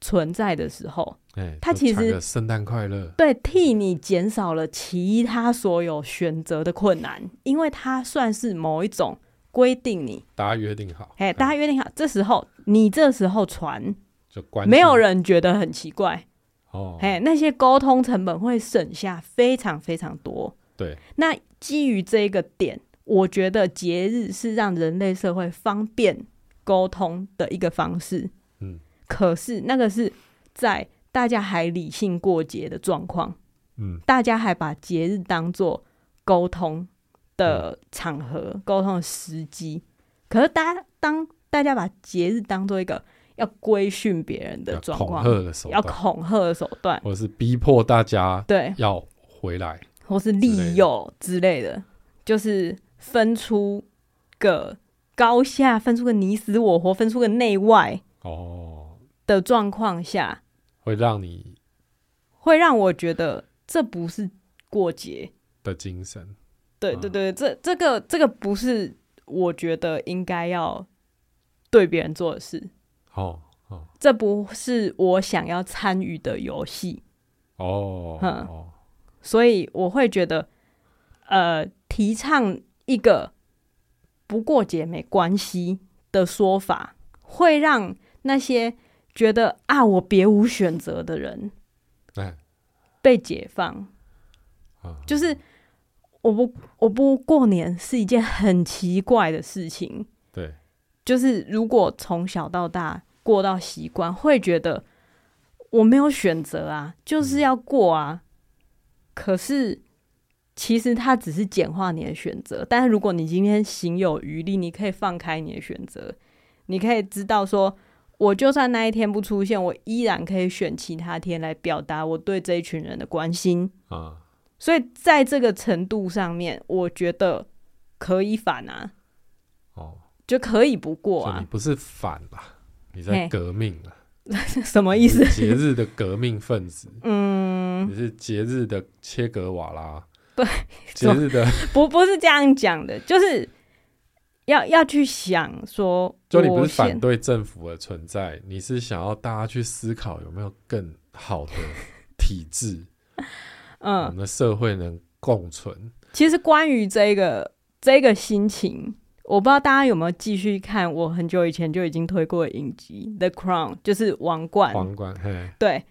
Speaker 1: 存在的时候，
Speaker 2: 哎，
Speaker 1: 它
Speaker 2: 就
Speaker 1: 其
Speaker 2: 传
Speaker 1: 实
Speaker 2: 个圣诞快乐，
Speaker 1: 对，替你减少了其他所有选择的困难，因为它算是某一种规定你，
Speaker 2: 大家约定好，
Speaker 1: 哎，大家约定好，这时候你这时候传，
Speaker 2: 就关
Speaker 1: 没有
Speaker 2: 心
Speaker 1: 人觉得很奇怪，
Speaker 2: 哦，
Speaker 1: 哎，那些沟通成本会省下非常非常多。
Speaker 2: 对，
Speaker 1: 那基于这个点，我觉得节日是让人类社会方便沟通的一个方式。
Speaker 2: 嗯
Speaker 1: 可是那个是在大家还理性过节的状况。
Speaker 2: 嗯
Speaker 1: 大家还把节日当做沟通的
Speaker 2: 嗯
Speaker 1: 场合、沟、通的时机。可是大家当大家把节日当做一个要规训别人的
Speaker 2: 要
Speaker 1: 状
Speaker 2: 恐
Speaker 1: 况，
Speaker 2: 吓的手
Speaker 1: 要
Speaker 2: 段，
Speaker 1: 恐吓的手段，
Speaker 2: 或者是逼迫大家
Speaker 1: 对，
Speaker 2: 要回来，
Speaker 1: 或是
Speaker 2: 之类的
Speaker 1: 利诱之类的，就是分出个高下，分出个你死我活，分出个内外
Speaker 2: 哦，
Speaker 1: 的状况下，
Speaker 2: 会让你
Speaker 1: 会让我觉得这不是过节，
Speaker 2: 的精神
Speaker 1: 对
Speaker 2: 嗯
Speaker 1: 对对，这这个这个不是我觉得应该要对别人做的事，
Speaker 2: 哦哦
Speaker 1: 这不是我想要参与的游戏，
Speaker 2: 哦
Speaker 1: 嗯
Speaker 2: 哦，
Speaker 1: 所以我会觉得，呃，提倡一个不过节没关系的说法，会让那些觉得啊我别无选择的人
Speaker 2: 哎
Speaker 1: 被解放，
Speaker 2: 啊，
Speaker 1: 就是。我不我不过年是一件很奇怪的事情，
Speaker 2: 对，
Speaker 1: 就是如果从小到大过到习惯，会觉得我没有选择啊，就是要过啊。可是其实它只是简化你的选择，但是如果你今天行有余力，你可以放开你的选择，你可以知道说。我就算那一天不出现，我依然可以选其他天来表达我对这一群人的关心。
Speaker 2: 啊，
Speaker 1: 所以在这个程度上面，我觉得可以反啊，
Speaker 2: 哦，
Speaker 1: 就可以不过
Speaker 2: 所以
Speaker 1: 啊
Speaker 2: 你。不是反吧？你在
Speaker 1: 嘿
Speaker 2: 革命啊？
Speaker 1: 什么意思？
Speaker 2: 你是节日的革命 分子，嗯，你是节日的切格瓦拉，
Speaker 1: 对，
Speaker 2: 节日的，
Speaker 1: 不不是这样讲的，就是要要去想说，
Speaker 2: 就你不是
Speaker 1: 我
Speaker 2: 反
Speaker 1: 现
Speaker 2: 对政府的存在，你是想要大家去思考有没有更好的体制，我
Speaker 1: 嗯
Speaker 2: 们，的社会能共存。
Speaker 1: 其实关于这个这个心情，我不知道大家有没有继续看我很久以前就已经推过的影集《The Crown》，就是王冠，
Speaker 2: 皇冠，嘿，
Speaker 1: 对，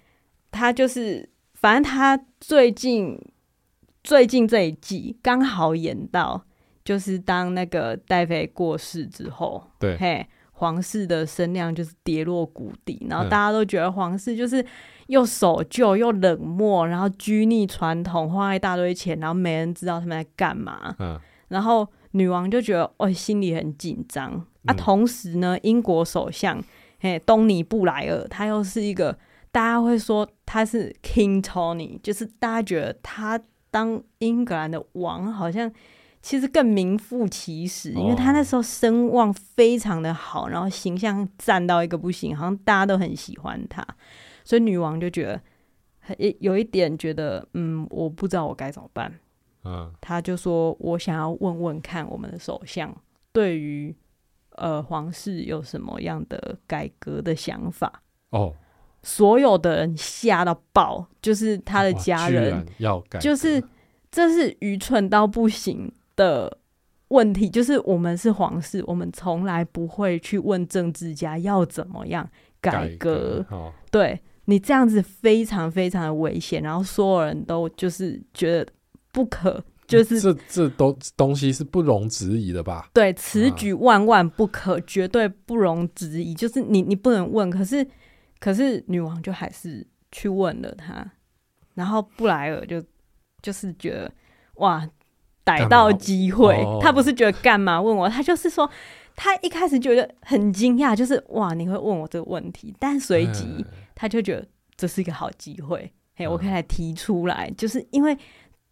Speaker 1: 他就是，反正他最近最近这一季刚好演到，就是当那个戴妃过世之后，
Speaker 2: 对
Speaker 1: 嘿，皇室的声量就是跌落谷底，然后
Speaker 2: 嗯
Speaker 1: 大家都觉得皇室就是又守旧又冷漠，然后拘泥传统，花一大堆钱，然后没人知道他们在干嘛，
Speaker 2: 嗯，
Speaker 1: 然后女王就觉得哦，心里很紧张啊。
Speaker 2: 嗯
Speaker 1: 同时呢，英国首相嘿东尼布莱尔，他又是一个大家会说他是 King Tony，就是大家觉得他当英格兰的王好像。其实更名副其实，因为他
Speaker 2: 哦
Speaker 1: 那时候声望非常的好，然后形象赞到一个不行，好像大家都很喜欢他，所以女王就觉得很有一点觉得，嗯，我不知道我该怎么办。
Speaker 2: 嗯，
Speaker 1: 他就说我想要问问看我们的首相对于呃皇室有什么样的改革的想法。
Speaker 2: 哦，
Speaker 1: 所有的人吓到爆，就是他的
Speaker 2: 哇
Speaker 1: 家
Speaker 2: 居
Speaker 1: 人
Speaker 2: 然，要改革，
Speaker 1: 就是这是愚蠢到不行的问题。就是我们是皇室，我们从来不会去问政治家要怎么样
Speaker 2: 改
Speaker 1: 改革
Speaker 2: 哦，
Speaker 1: 对你这样子非常非常的危险，然后所有人都就是觉得不可，就是
Speaker 2: 这这都东西是不容置疑的吧？嗯
Speaker 1: 对，此举万万不可，绝对不容置疑。就是你，你不能问。可是，可是女王就还是去问了他，然后布莱尔就就是觉得哇，逮
Speaker 2: 干
Speaker 1: 到
Speaker 2: 嘛
Speaker 1: 机会。
Speaker 2: 哦
Speaker 1: 他不是觉得干嘛问我，他就是说，他一开始觉得很惊讶，就是哇，你会问我这个问题，但随即。
Speaker 2: 嗯
Speaker 1: 他就觉得这是一个好机会，嘿，
Speaker 2: 嗯
Speaker 1: 我可以来提出来，就是因为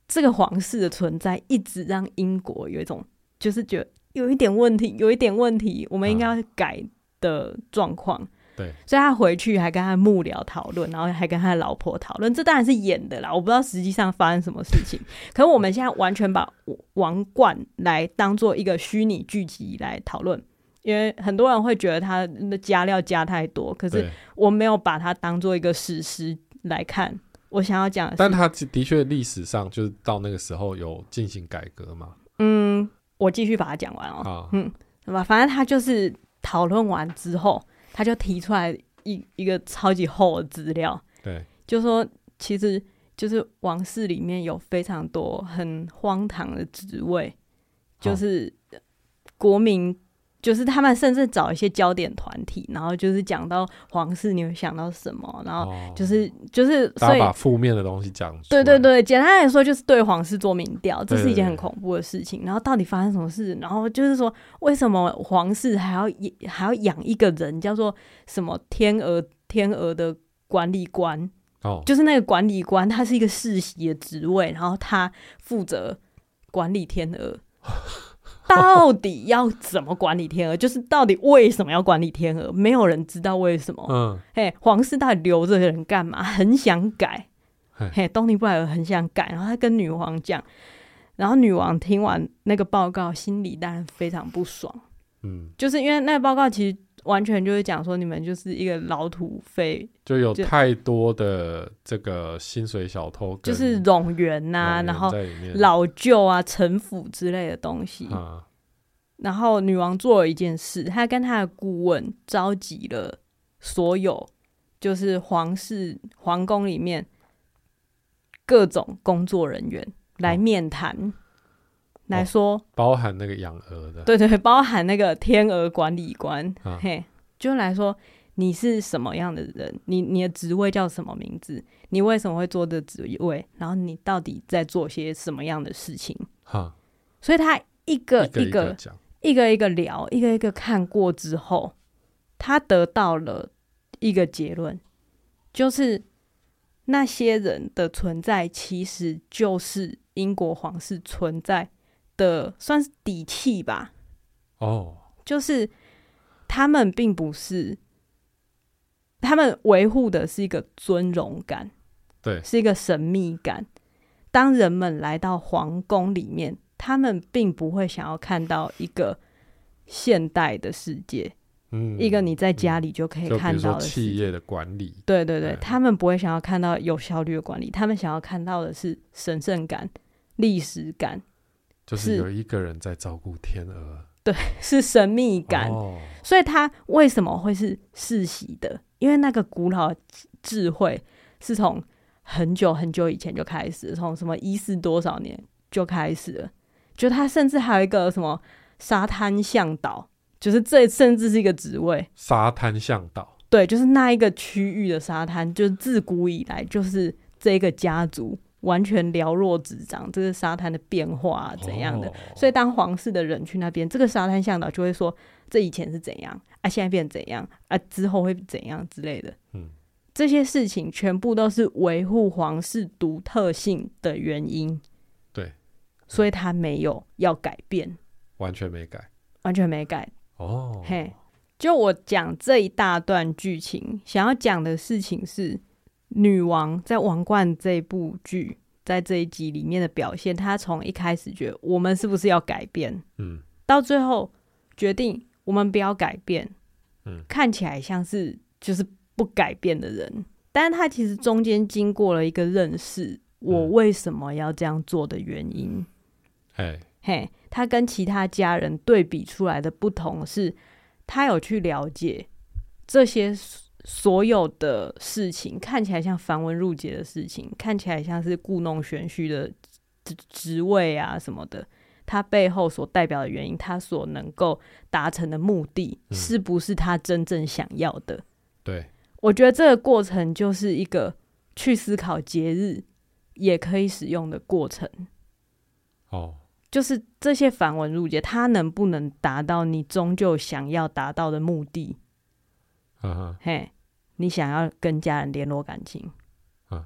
Speaker 1: 这个皇室的存在，一直让英国有一种就是觉得有一点问题，有一点问题，我们应该要改的状况。
Speaker 2: 对，
Speaker 1: 所以他回去还跟他幕僚讨论，然后还跟他的老婆讨论，这当然是演的啦，我不知道实际上发生什么事情。可是我们现在完全把王冠来当做一个虚拟剧集来讨论，因为很多人会觉得他的加料加太多，可是
Speaker 2: 对，
Speaker 1: 我没有把它当做一个史诗来看。我想要讲的是，
Speaker 2: 但他的确历史上就是到那个时候有进行改革嘛，
Speaker 1: 嗯，我继续把它讲完哦。
Speaker 2: 啊，
Speaker 1: 对吧？反正他就是讨论完之后，他就提出来一一个超级厚的资料，
Speaker 2: 对，
Speaker 1: 就说其实就是王室里面有非常多很荒唐的职位，就是国民，就是他们甚至找一些焦点团体，然后就是讲到皇室，你会想到什么？然后
Speaker 2: 哦
Speaker 1: 就是、就是，
Speaker 2: 大
Speaker 1: 所
Speaker 2: 家
Speaker 1: 以
Speaker 2: 把负面的东西讲出
Speaker 1: 对
Speaker 2: 来，
Speaker 1: 对对，简单来说就是对皇室做民调，这
Speaker 2: 对
Speaker 1: 是一件
Speaker 2: 对
Speaker 1: 很恐怖的事情。然后到底发生什么事？然后就是说，为什么皇室还要也还要养一个人叫做什么天鹅天鹅的管理官？
Speaker 2: 哦，
Speaker 1: 就是那个管理官，他是一个世袭的职位，然后他负责管理天 鹅。到底要怎么管理天鹅？就是到底为什么要管理天鹅？没有人知道为什么。
Speaker 2: 嗯，
Speaker 1: 嘿，皇室到底留这个人干嘛？ 很想改
Speaker 2: 嘿，
Speaker 1: 嘿，东尼布莱尔很想改，然后他跟女王讲，然后女王听完那个报告，心里当然非常不爽，
Speaker 2: 嗯，
Speaker 1: 就是因为那个报告其实完全就是讲说你们就是一个老土匪，
Speaker 2: 就有
Speaker 1: 就
Speaker 2: 太多的这个薪水小偷跟
Speaker 1: 就是冗员呐、
Speaker 2: 人
Speaker 1: 然后
Speaker 2: 在里面
Speaker 1: 老旧啊、城府之类的东西。
Speaker 2: 啊，
Speaker 1: 然后女王做了一件事，她跟她的顾问召集了所有就是皇室皇宫里面各种工作人员
Speaker 2: 哦
Speaker 1: 来面谈，来说，
Speaker 2: 包含那个养鹅的，
Speaker 1: 对对，包含那个天鹅管理官，
Speaker 2: 啊
Speaker 1: 嘿，就来说你是什么样的人，你你的职位叫什么名字，你为什么会做这职位，然后你到底在做些什么样的事情，
Speaker 2: 哈，
Speaker 1: 所以他一个
Speaker 2: 一个一个讲，
Speaker 1: 一个一个聊，一个一个看过之后，他得到了一个结论，就是那些人的存在其实就是英国皇室存在的算是底气吧，
Speaker 2: 哦，
Speaker 1: 就是他们并不是，他们维护的是一个尊荣感，
Speaker 2: 对
Speaker 1: 是一个神秘感。当人们来到皇宫里面，他们并不会想要看到一个现代的世界，
Speaker 2: 嗯，
Speaker 1: 一个你在家里就可以
Speaker 2: 就比
Speaker 1: 看
Speaker 2: 如
Speaker 1: 到
Speaker 2: 说
Speaker 1: 的世
Speaker 2: 企
Speaker 1: 界。
Speaker 2: 业的管理，
Speaker 1: 对对对
Speaker 2: 哎，
Speaker 1: 他们不会想要看到有效率的管理，他们想要看到的是神圣感、历史感，
Speaker 2: 就是
Speaker 1: 是
Speaker 2: 有一个人在照顾天鹅，
Speaker 1: 是神秘感。
Speaker 2: 哦，
Speaker 1: 所以他为什么会是世袭的？因为那个古老的智慧是从很久很久以前就开始，从什么一四多少年就开始了。就他甚至还有一个什么沙滩向导，就是这甚至是一个职位，
Speaker 2: 沙滩向导，
Speaker 1: 对，就是那一个区域的沙滩，就是自古以来就是这个家族完全寥若指掌，这个沙滩的变化、啊、怎样的。
Speaker 2: 哦
Speaker 1: 所以当皇室的人去那边，这个沙滩向导就会说，这以前是怎样啊，现在变怎样啊，之后会怎样之类的。
Speaker 2: 嗯，
Speaker 1: 这些事情全部都是维护皇室独特性的原因。
Speaker 2: 对，
Speaker 1: 所以他没有要改变，
Speaker 2: 完全没改
Speaker 1: 完全没改。
Speaker 2: 哦。
Speaker 1: 嘿，就我讲这一大段剧情，想要讲的事情是，女王在《王冠》这部剧在这一集里面的表现，她从一开始觉得我们是不是要改变，
Speaker 2: 嗯，
Speaker 1: 到最后决定我们不要改变，
Speaker 2: 嗯，
Speaker 1: 看起来像是就是不改变的人，但是他其实中间经过了一个认识，我
Speaker 2: 嗯
Speaker 1: 为什么要这样做的原因，
Speaker 2: 哎，
Speaker 1: 嘿，他跟其他家人对比出来的不同是，他有去了解这些所所有的事情，看起来像繁文缛节的事情，看起来像是故弄玄虚的职职位啊什么的，他背后所代表的原因，他所能够达成的目的，
Speaker 2: 嗯
Speaker 1: 是不是他真正想要的？
Speaker 2: 对，
Speaker 1: 我觉得这个过程就是一个去思考节日也可以使用的过程。
Speaker 2: 哦，
Speaker 1: 就是这些繁文缛节，它能不能达到你终究想要达到的目的？
Speaker 2: 嗯哼，
Speaker 1: 嘿，你想要跟家人联络感情，
Speaker 2: 嗯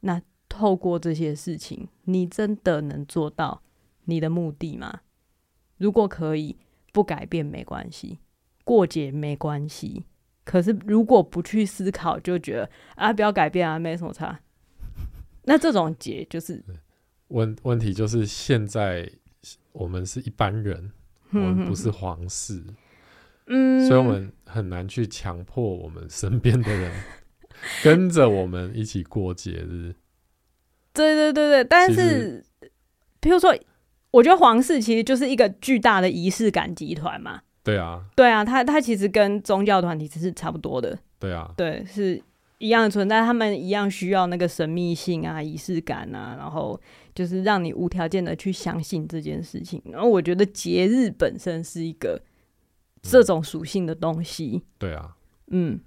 Speaker 1: 那透过这些事情，你真的能做到你的目的吗？如果可以，不改变没关系，过节没关系。可是如果不去思考，就觉得啊，不要改变啊，没什么差。 那这种节就是，
Speaker 2: 问问题就是现在我们是一般人，我们不是皇室，
Speaker 1: 嗯，
Speaker 2: 所以我们很难去强迫我们身边的人 跟着我们一起过节日。
Speaker 1: 对对对对，但
Speaker 2: 其
Speaker 1: 是，譬如说，我觉得皇室其实就是一个巨大的仪式感集团嘛。
Speaker 2: 对啊，
Speaker 1: 对啊，它它其实跟宗教团体是差不多的，
Speaker 2: 对啊，
Speaker 1: 对，是一样的存在。他们一样需要那个神秘性啊、仪式感啊，然后就是让你无条件的去相信这件事情。然后我觉得节日本身是一个这种属性的东西，
Speaker 2: 对啊，
Speaker 1: 嗯，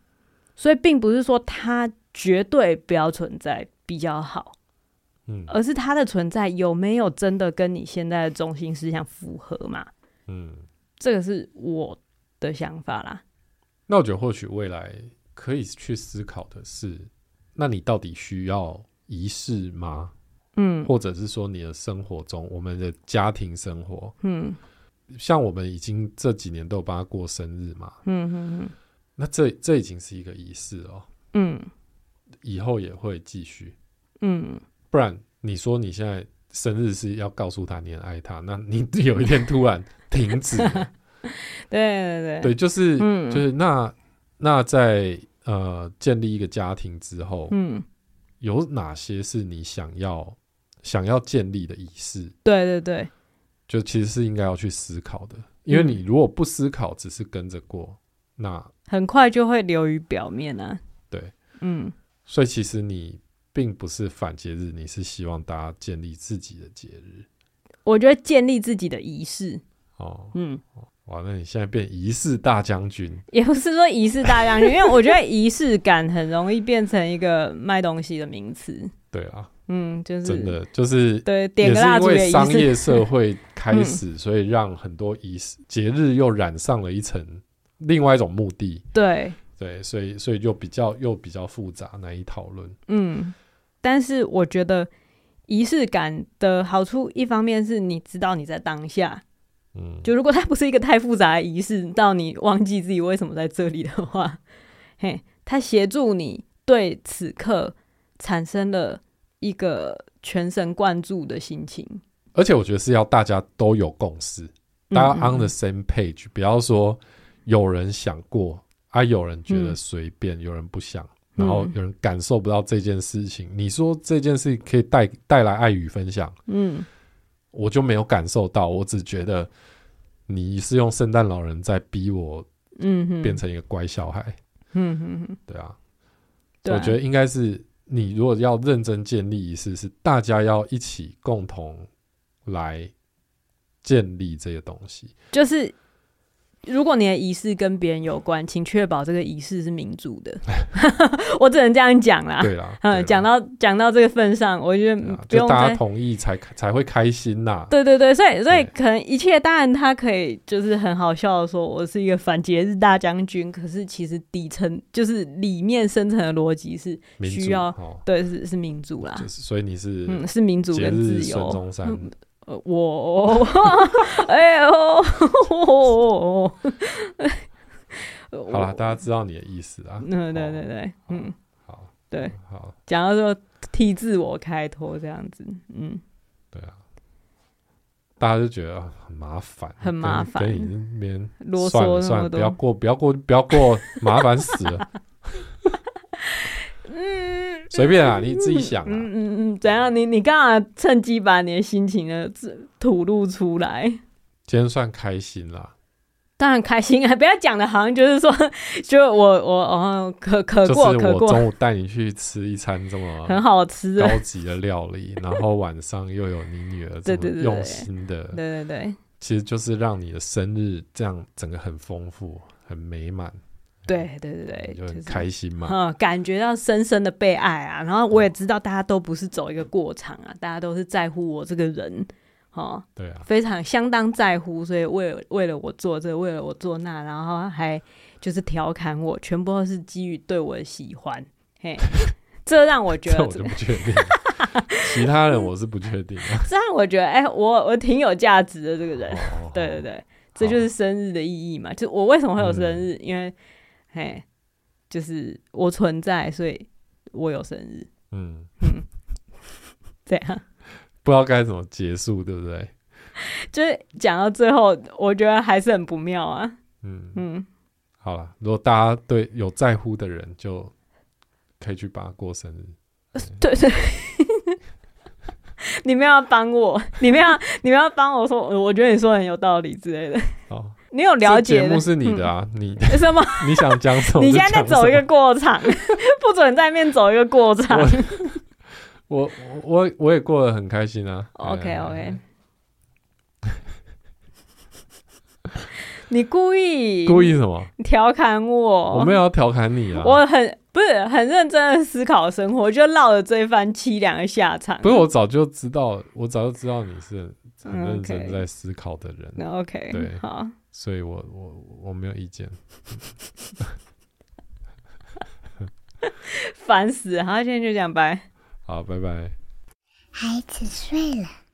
Speaker 1: 所以并不是说它绝对不要存在比较好。
Speaker 2: 嗯
Speaker 1: 而是它的存在有没有真的跟你现在的中心思想符合嘛？
Speaker 2: 嗯。
Speaker 1: 这个是我的想法啦。
Speaker 2: 那我觉得或许未来可以去思考的是，那你到底需要仪式吗？
Speaker 1: 嗯
Speaker 2: 或者是说你的生活中，我们的家庭生活，
Speaker 1: 嗯
Speaker 2: 像我们已经这几年都有帮他过生日嘛，
Speaker 1: 嗯嗯
Speaker 2: 那这这已经是一个仪式哦，
Speaker 1: 嗯
Speaker 2: 以后也会继续。
Speaker 1: 嗯，
Speaker 2: 不然你说你现在生日是要告诉他你很爱他，那你有一天突然 停止了，
Speaker 1: 对对对，
Speaker 2: 对，就是、
Speaker 1: 嗯
Speaker 2: 就是那那在呃建立一个家庭之后，
Speaker 1: 嗯
Speaker 2: 有哪些是你想要想要建立的仪式？
Speaker 1: 对对对，
Speaker 2: 就其实是应该要去思考的，因为你
Speaker 1: 嗯
Speaker 2: 如果不思考，只是跟着过，那
Speaker 1: 很快就会流于表面啊。
Speaker 2: 对，
Speaker 1: 嗯
Speaker 2: 所以其实你并不是反节日，你是希望大家建立自己的节日
Speaker 1: 我觉得建立自己的仪式，
Speaker 2: 哦。
Speaker 1: 嗯，
Speaker 2: 哇，那你现在变仪式大将军，
Speaker 1: 也不是说仪式大 量，因为我觉得仪式感很容易变成一个卖东西的名词。
Speaker 2: 对啊，
Speaker 1: 嗯，就是
Speaker 2: 真的就是
Speaker 1: 对，点
Speaker 2: 也
Speaker 1: 个
Speaker 2: 是
Speaker 1: 蜡
Speaker 2: 因
Speaker 1: 烛
Speaker 2: 为
Speaker 1: 也
Speaker 2: 商
Speaker 1: 仪式，
Speaker 2: 业社会开始，
Speaker 1: 嗯
Speaker 2: 所以让很多仪式节日又染上了一层另外一种目的。
Speaker 1: 对，
Speaker 2: 对，所以所以就比较又比较复杂，难以讨论。
Speaker 1: 嗯，但是我觉得仪式感的好处，一方面是你知道你在当下，
Speaker 2: 嗯，
Speaker 1: 就如果它不是一个太复杂的仪式，到你忘记自己为什么在这里的话，嘿，它协助你对此刻产生了一个全神贯注的心情。
Speaker 2: 而且我觉得是要大家都有共识，
Speaker 1: 嗯
Speaker 2: 大家 on the same page，不要说有人想过啊，有人觉得
Speaker 1: 嗯
Speaker 2: 随便，有人不想，
Speaker 1: 嗯
Speaker 2: 然后有人感受不到这件事情。你说这件事可以带带来爱与分享，
Speaker 1: 嗯嗯
Speaker 2: 我就没有感受到，我只觉得你是用圣诞老人在逼我
Speaker 1: 嗯哼，
Speaker 2: 变成一个乖小孩，
Speaker 1: 嗯哼哼，
Speaker 2: 对啊。
Speaker 1: 对啊，
Speaker 2: 我觉得应该是你如果要认真建立仪式，是大家要一起共同来建立这些东西。
Speaker 1: 就是如果你的仪式跟别人有关，请确保这个仪式是民主的。我只能这样讲啦。
Speaker 2: 对啦，对啦
Speaker 1: 嗯，讲到讲到这个份上，我觉得
Speaker 2: 对
Speaker 1: 嗯
Speaker 2: 啦
Speaker 1: 不
Speaker 2: 就
Speaker 1: 用
Speaker 2: 大
Speaker 1: 再
Speaker 2: 家同意才才会开心呐。
Speaker 1: 对对对，所以所以
Speaker 2: 对
Speaker 1: 可能一切当然他可以就是很好笑的说，我是一个反节日大将军，可是其实底层就是里面深层的逻辑是
Speaker 2: 民主
Speaker 1: 需要
Speaker 2: 哦，
Speaker 1: 对是是民主啦
Speaker 2: 就，是所以你是
Speaker 1: 嗯，是民主
Speaker 2: 节
Speaker 1: 跟
Speaker 2: 日
Speaker 1: 自
Speaker 2: 孙
Speaker 1: 由。
Speaker 2: 中山
Speaker 1: 嗯呃我哎呦， 我
Speaker 2: 好啦，大家知道你的意思啊。
Speaker 1: 嗯，对对对，嗯，
Speaker 2: 好，
Speaker 1: 对，
Speaker 2: 好，
Speaker 1: 讲到说替自我开脱这样子，嗯，
Speaker 2: 对啊，大家就觉得啊很麻烦，
Speaker 1: 很麻
Speaker 2: 跟
Speaker 1: 烦
Speaker 2: 跟你那边
Speaker 1: 啰
Speaker 2: 算了
Speaker 1: 嗦那
Speaker 2: 算
Speaker 1: 么
Speaker 2: 了，不要
Speaker 1: 多，
Speaker 2: 过，不要过，不要过， 麻烦死了。
Speaker 1: 嗯
Speaker 2: 随便 啊，你自己想啊。
Speaker 1: 嗯嗯嗯，怎样？你你干嘛趁机把你的心情呢自吐露出来？
Speaker 2: 今天算开心啦，
Speaker 1: 当然开心啊！不 要讲的好像就是说， 就我我哦，可可
Speaker 2: 就是
Speaker 1: 过可
Speaker 2: 我
Speaker 1: 过，
Speaker 2: 中午带你去吃一餐这么
Speaker 1: 很好吃啊！
Speaker 2: 高级的料理，然后晚上又有你女儿
Speaker 1: 对
Speaker 2: 这么
Speaker 1: 对对对
Speaker 2: 用心的，
Speaker 1: 对对对
Speaker 2: 其实就是让你的生日这样整个很丰富、很美满，
Speaker 1: 对对对对，
Speaker 2: 你就
Speaker 1: 就
Speaker 2: 很
Speaker 1: 是
Speaker 2: 开心 嘛。嗯
Speaker 1: 嗯，感觉到深深的被爱啊。然后我也知道大家都不是走一个过场啊，大家都是在乎我这个人，哦，
Speaker 2: 对 啊，
Speaker 1: 非常相当在乎，所以为了为了我做这，为了我做那，然后还就是调侃我，全部都是基于对我的喜欢，嘿。这让我觉
Speaker 2: 这
Speaker 1: 得
Speaker 2: 我，就不确定，其他人我是不确定啊。
Speaker 1: 这让我觉得，哎、我我挺有价值的这个人。
Speaker 2: 哦
Speaker 1: 对对，对，这就是生日的意义嘛。就我为什么会有生
Speaker 2: 嗯
Speaker 1: 日，因为，嘿，就是我存在，所以我有生日。
Speaker 2: 嗯，
Speaker 1: 这样，
Speaker 2: 不知道该怎么结束，对不对？
Speaker 1: 就是讲到最后，我觉得还是很不妙啊。
Speaker 2: 嗯，
Speaker 1: 嗯，
Speaker 2: 好了，如果大家对有在乎的人，就可以去帮他过生日。
Speaker 1: 对 对。你们要帮我，你们要你们要帮我说，呃我觉得你说的很有道理之类的。
Speaker 2: 哦，
Speaker 1: 你有了
Speaker 2: 这
Speaker 1: 解
Speaker 2: 节
Speaker 1: 的嗯
Speaker 2: 目是你的啊，你
Speaker 1: 什么？
Speaker 2: 你想讲什么？
Speaker 1: 你现在在走一个
Speaker 2: 就
Speaker 1: 过场，不准在面走一个过场。
Speaker 2: 我讲什么，我我我也过得很开心啊。
Speaker 1: OK
Speaker 2: 哎
Speaker 1: OK，你故意
Speaker 2: 故意什么？
Speaker 1: 调侃我，
Speaker 2: 我没有要调侃你啊，
Speaker 1: 哦我很不是很认真的思考生活，就落了这番凄凉的下场。
Speaker 2: 不是我早就知道，我早就知道你是很
Speaker 1: 嗯
Speaker 2: 认真
Speaker 1: OK
Speaker 2: 在思考的人，
Speaker 1: 那 OK，
Speaker 2: 对
Speaker 1: 好，
Speaker 2: 所以我我我没有意见。
Speaker 1: 烦死了，好，今天就讲拜。
Speaker 2: 好，拜拜。
Speaker 3: 孩子睡了，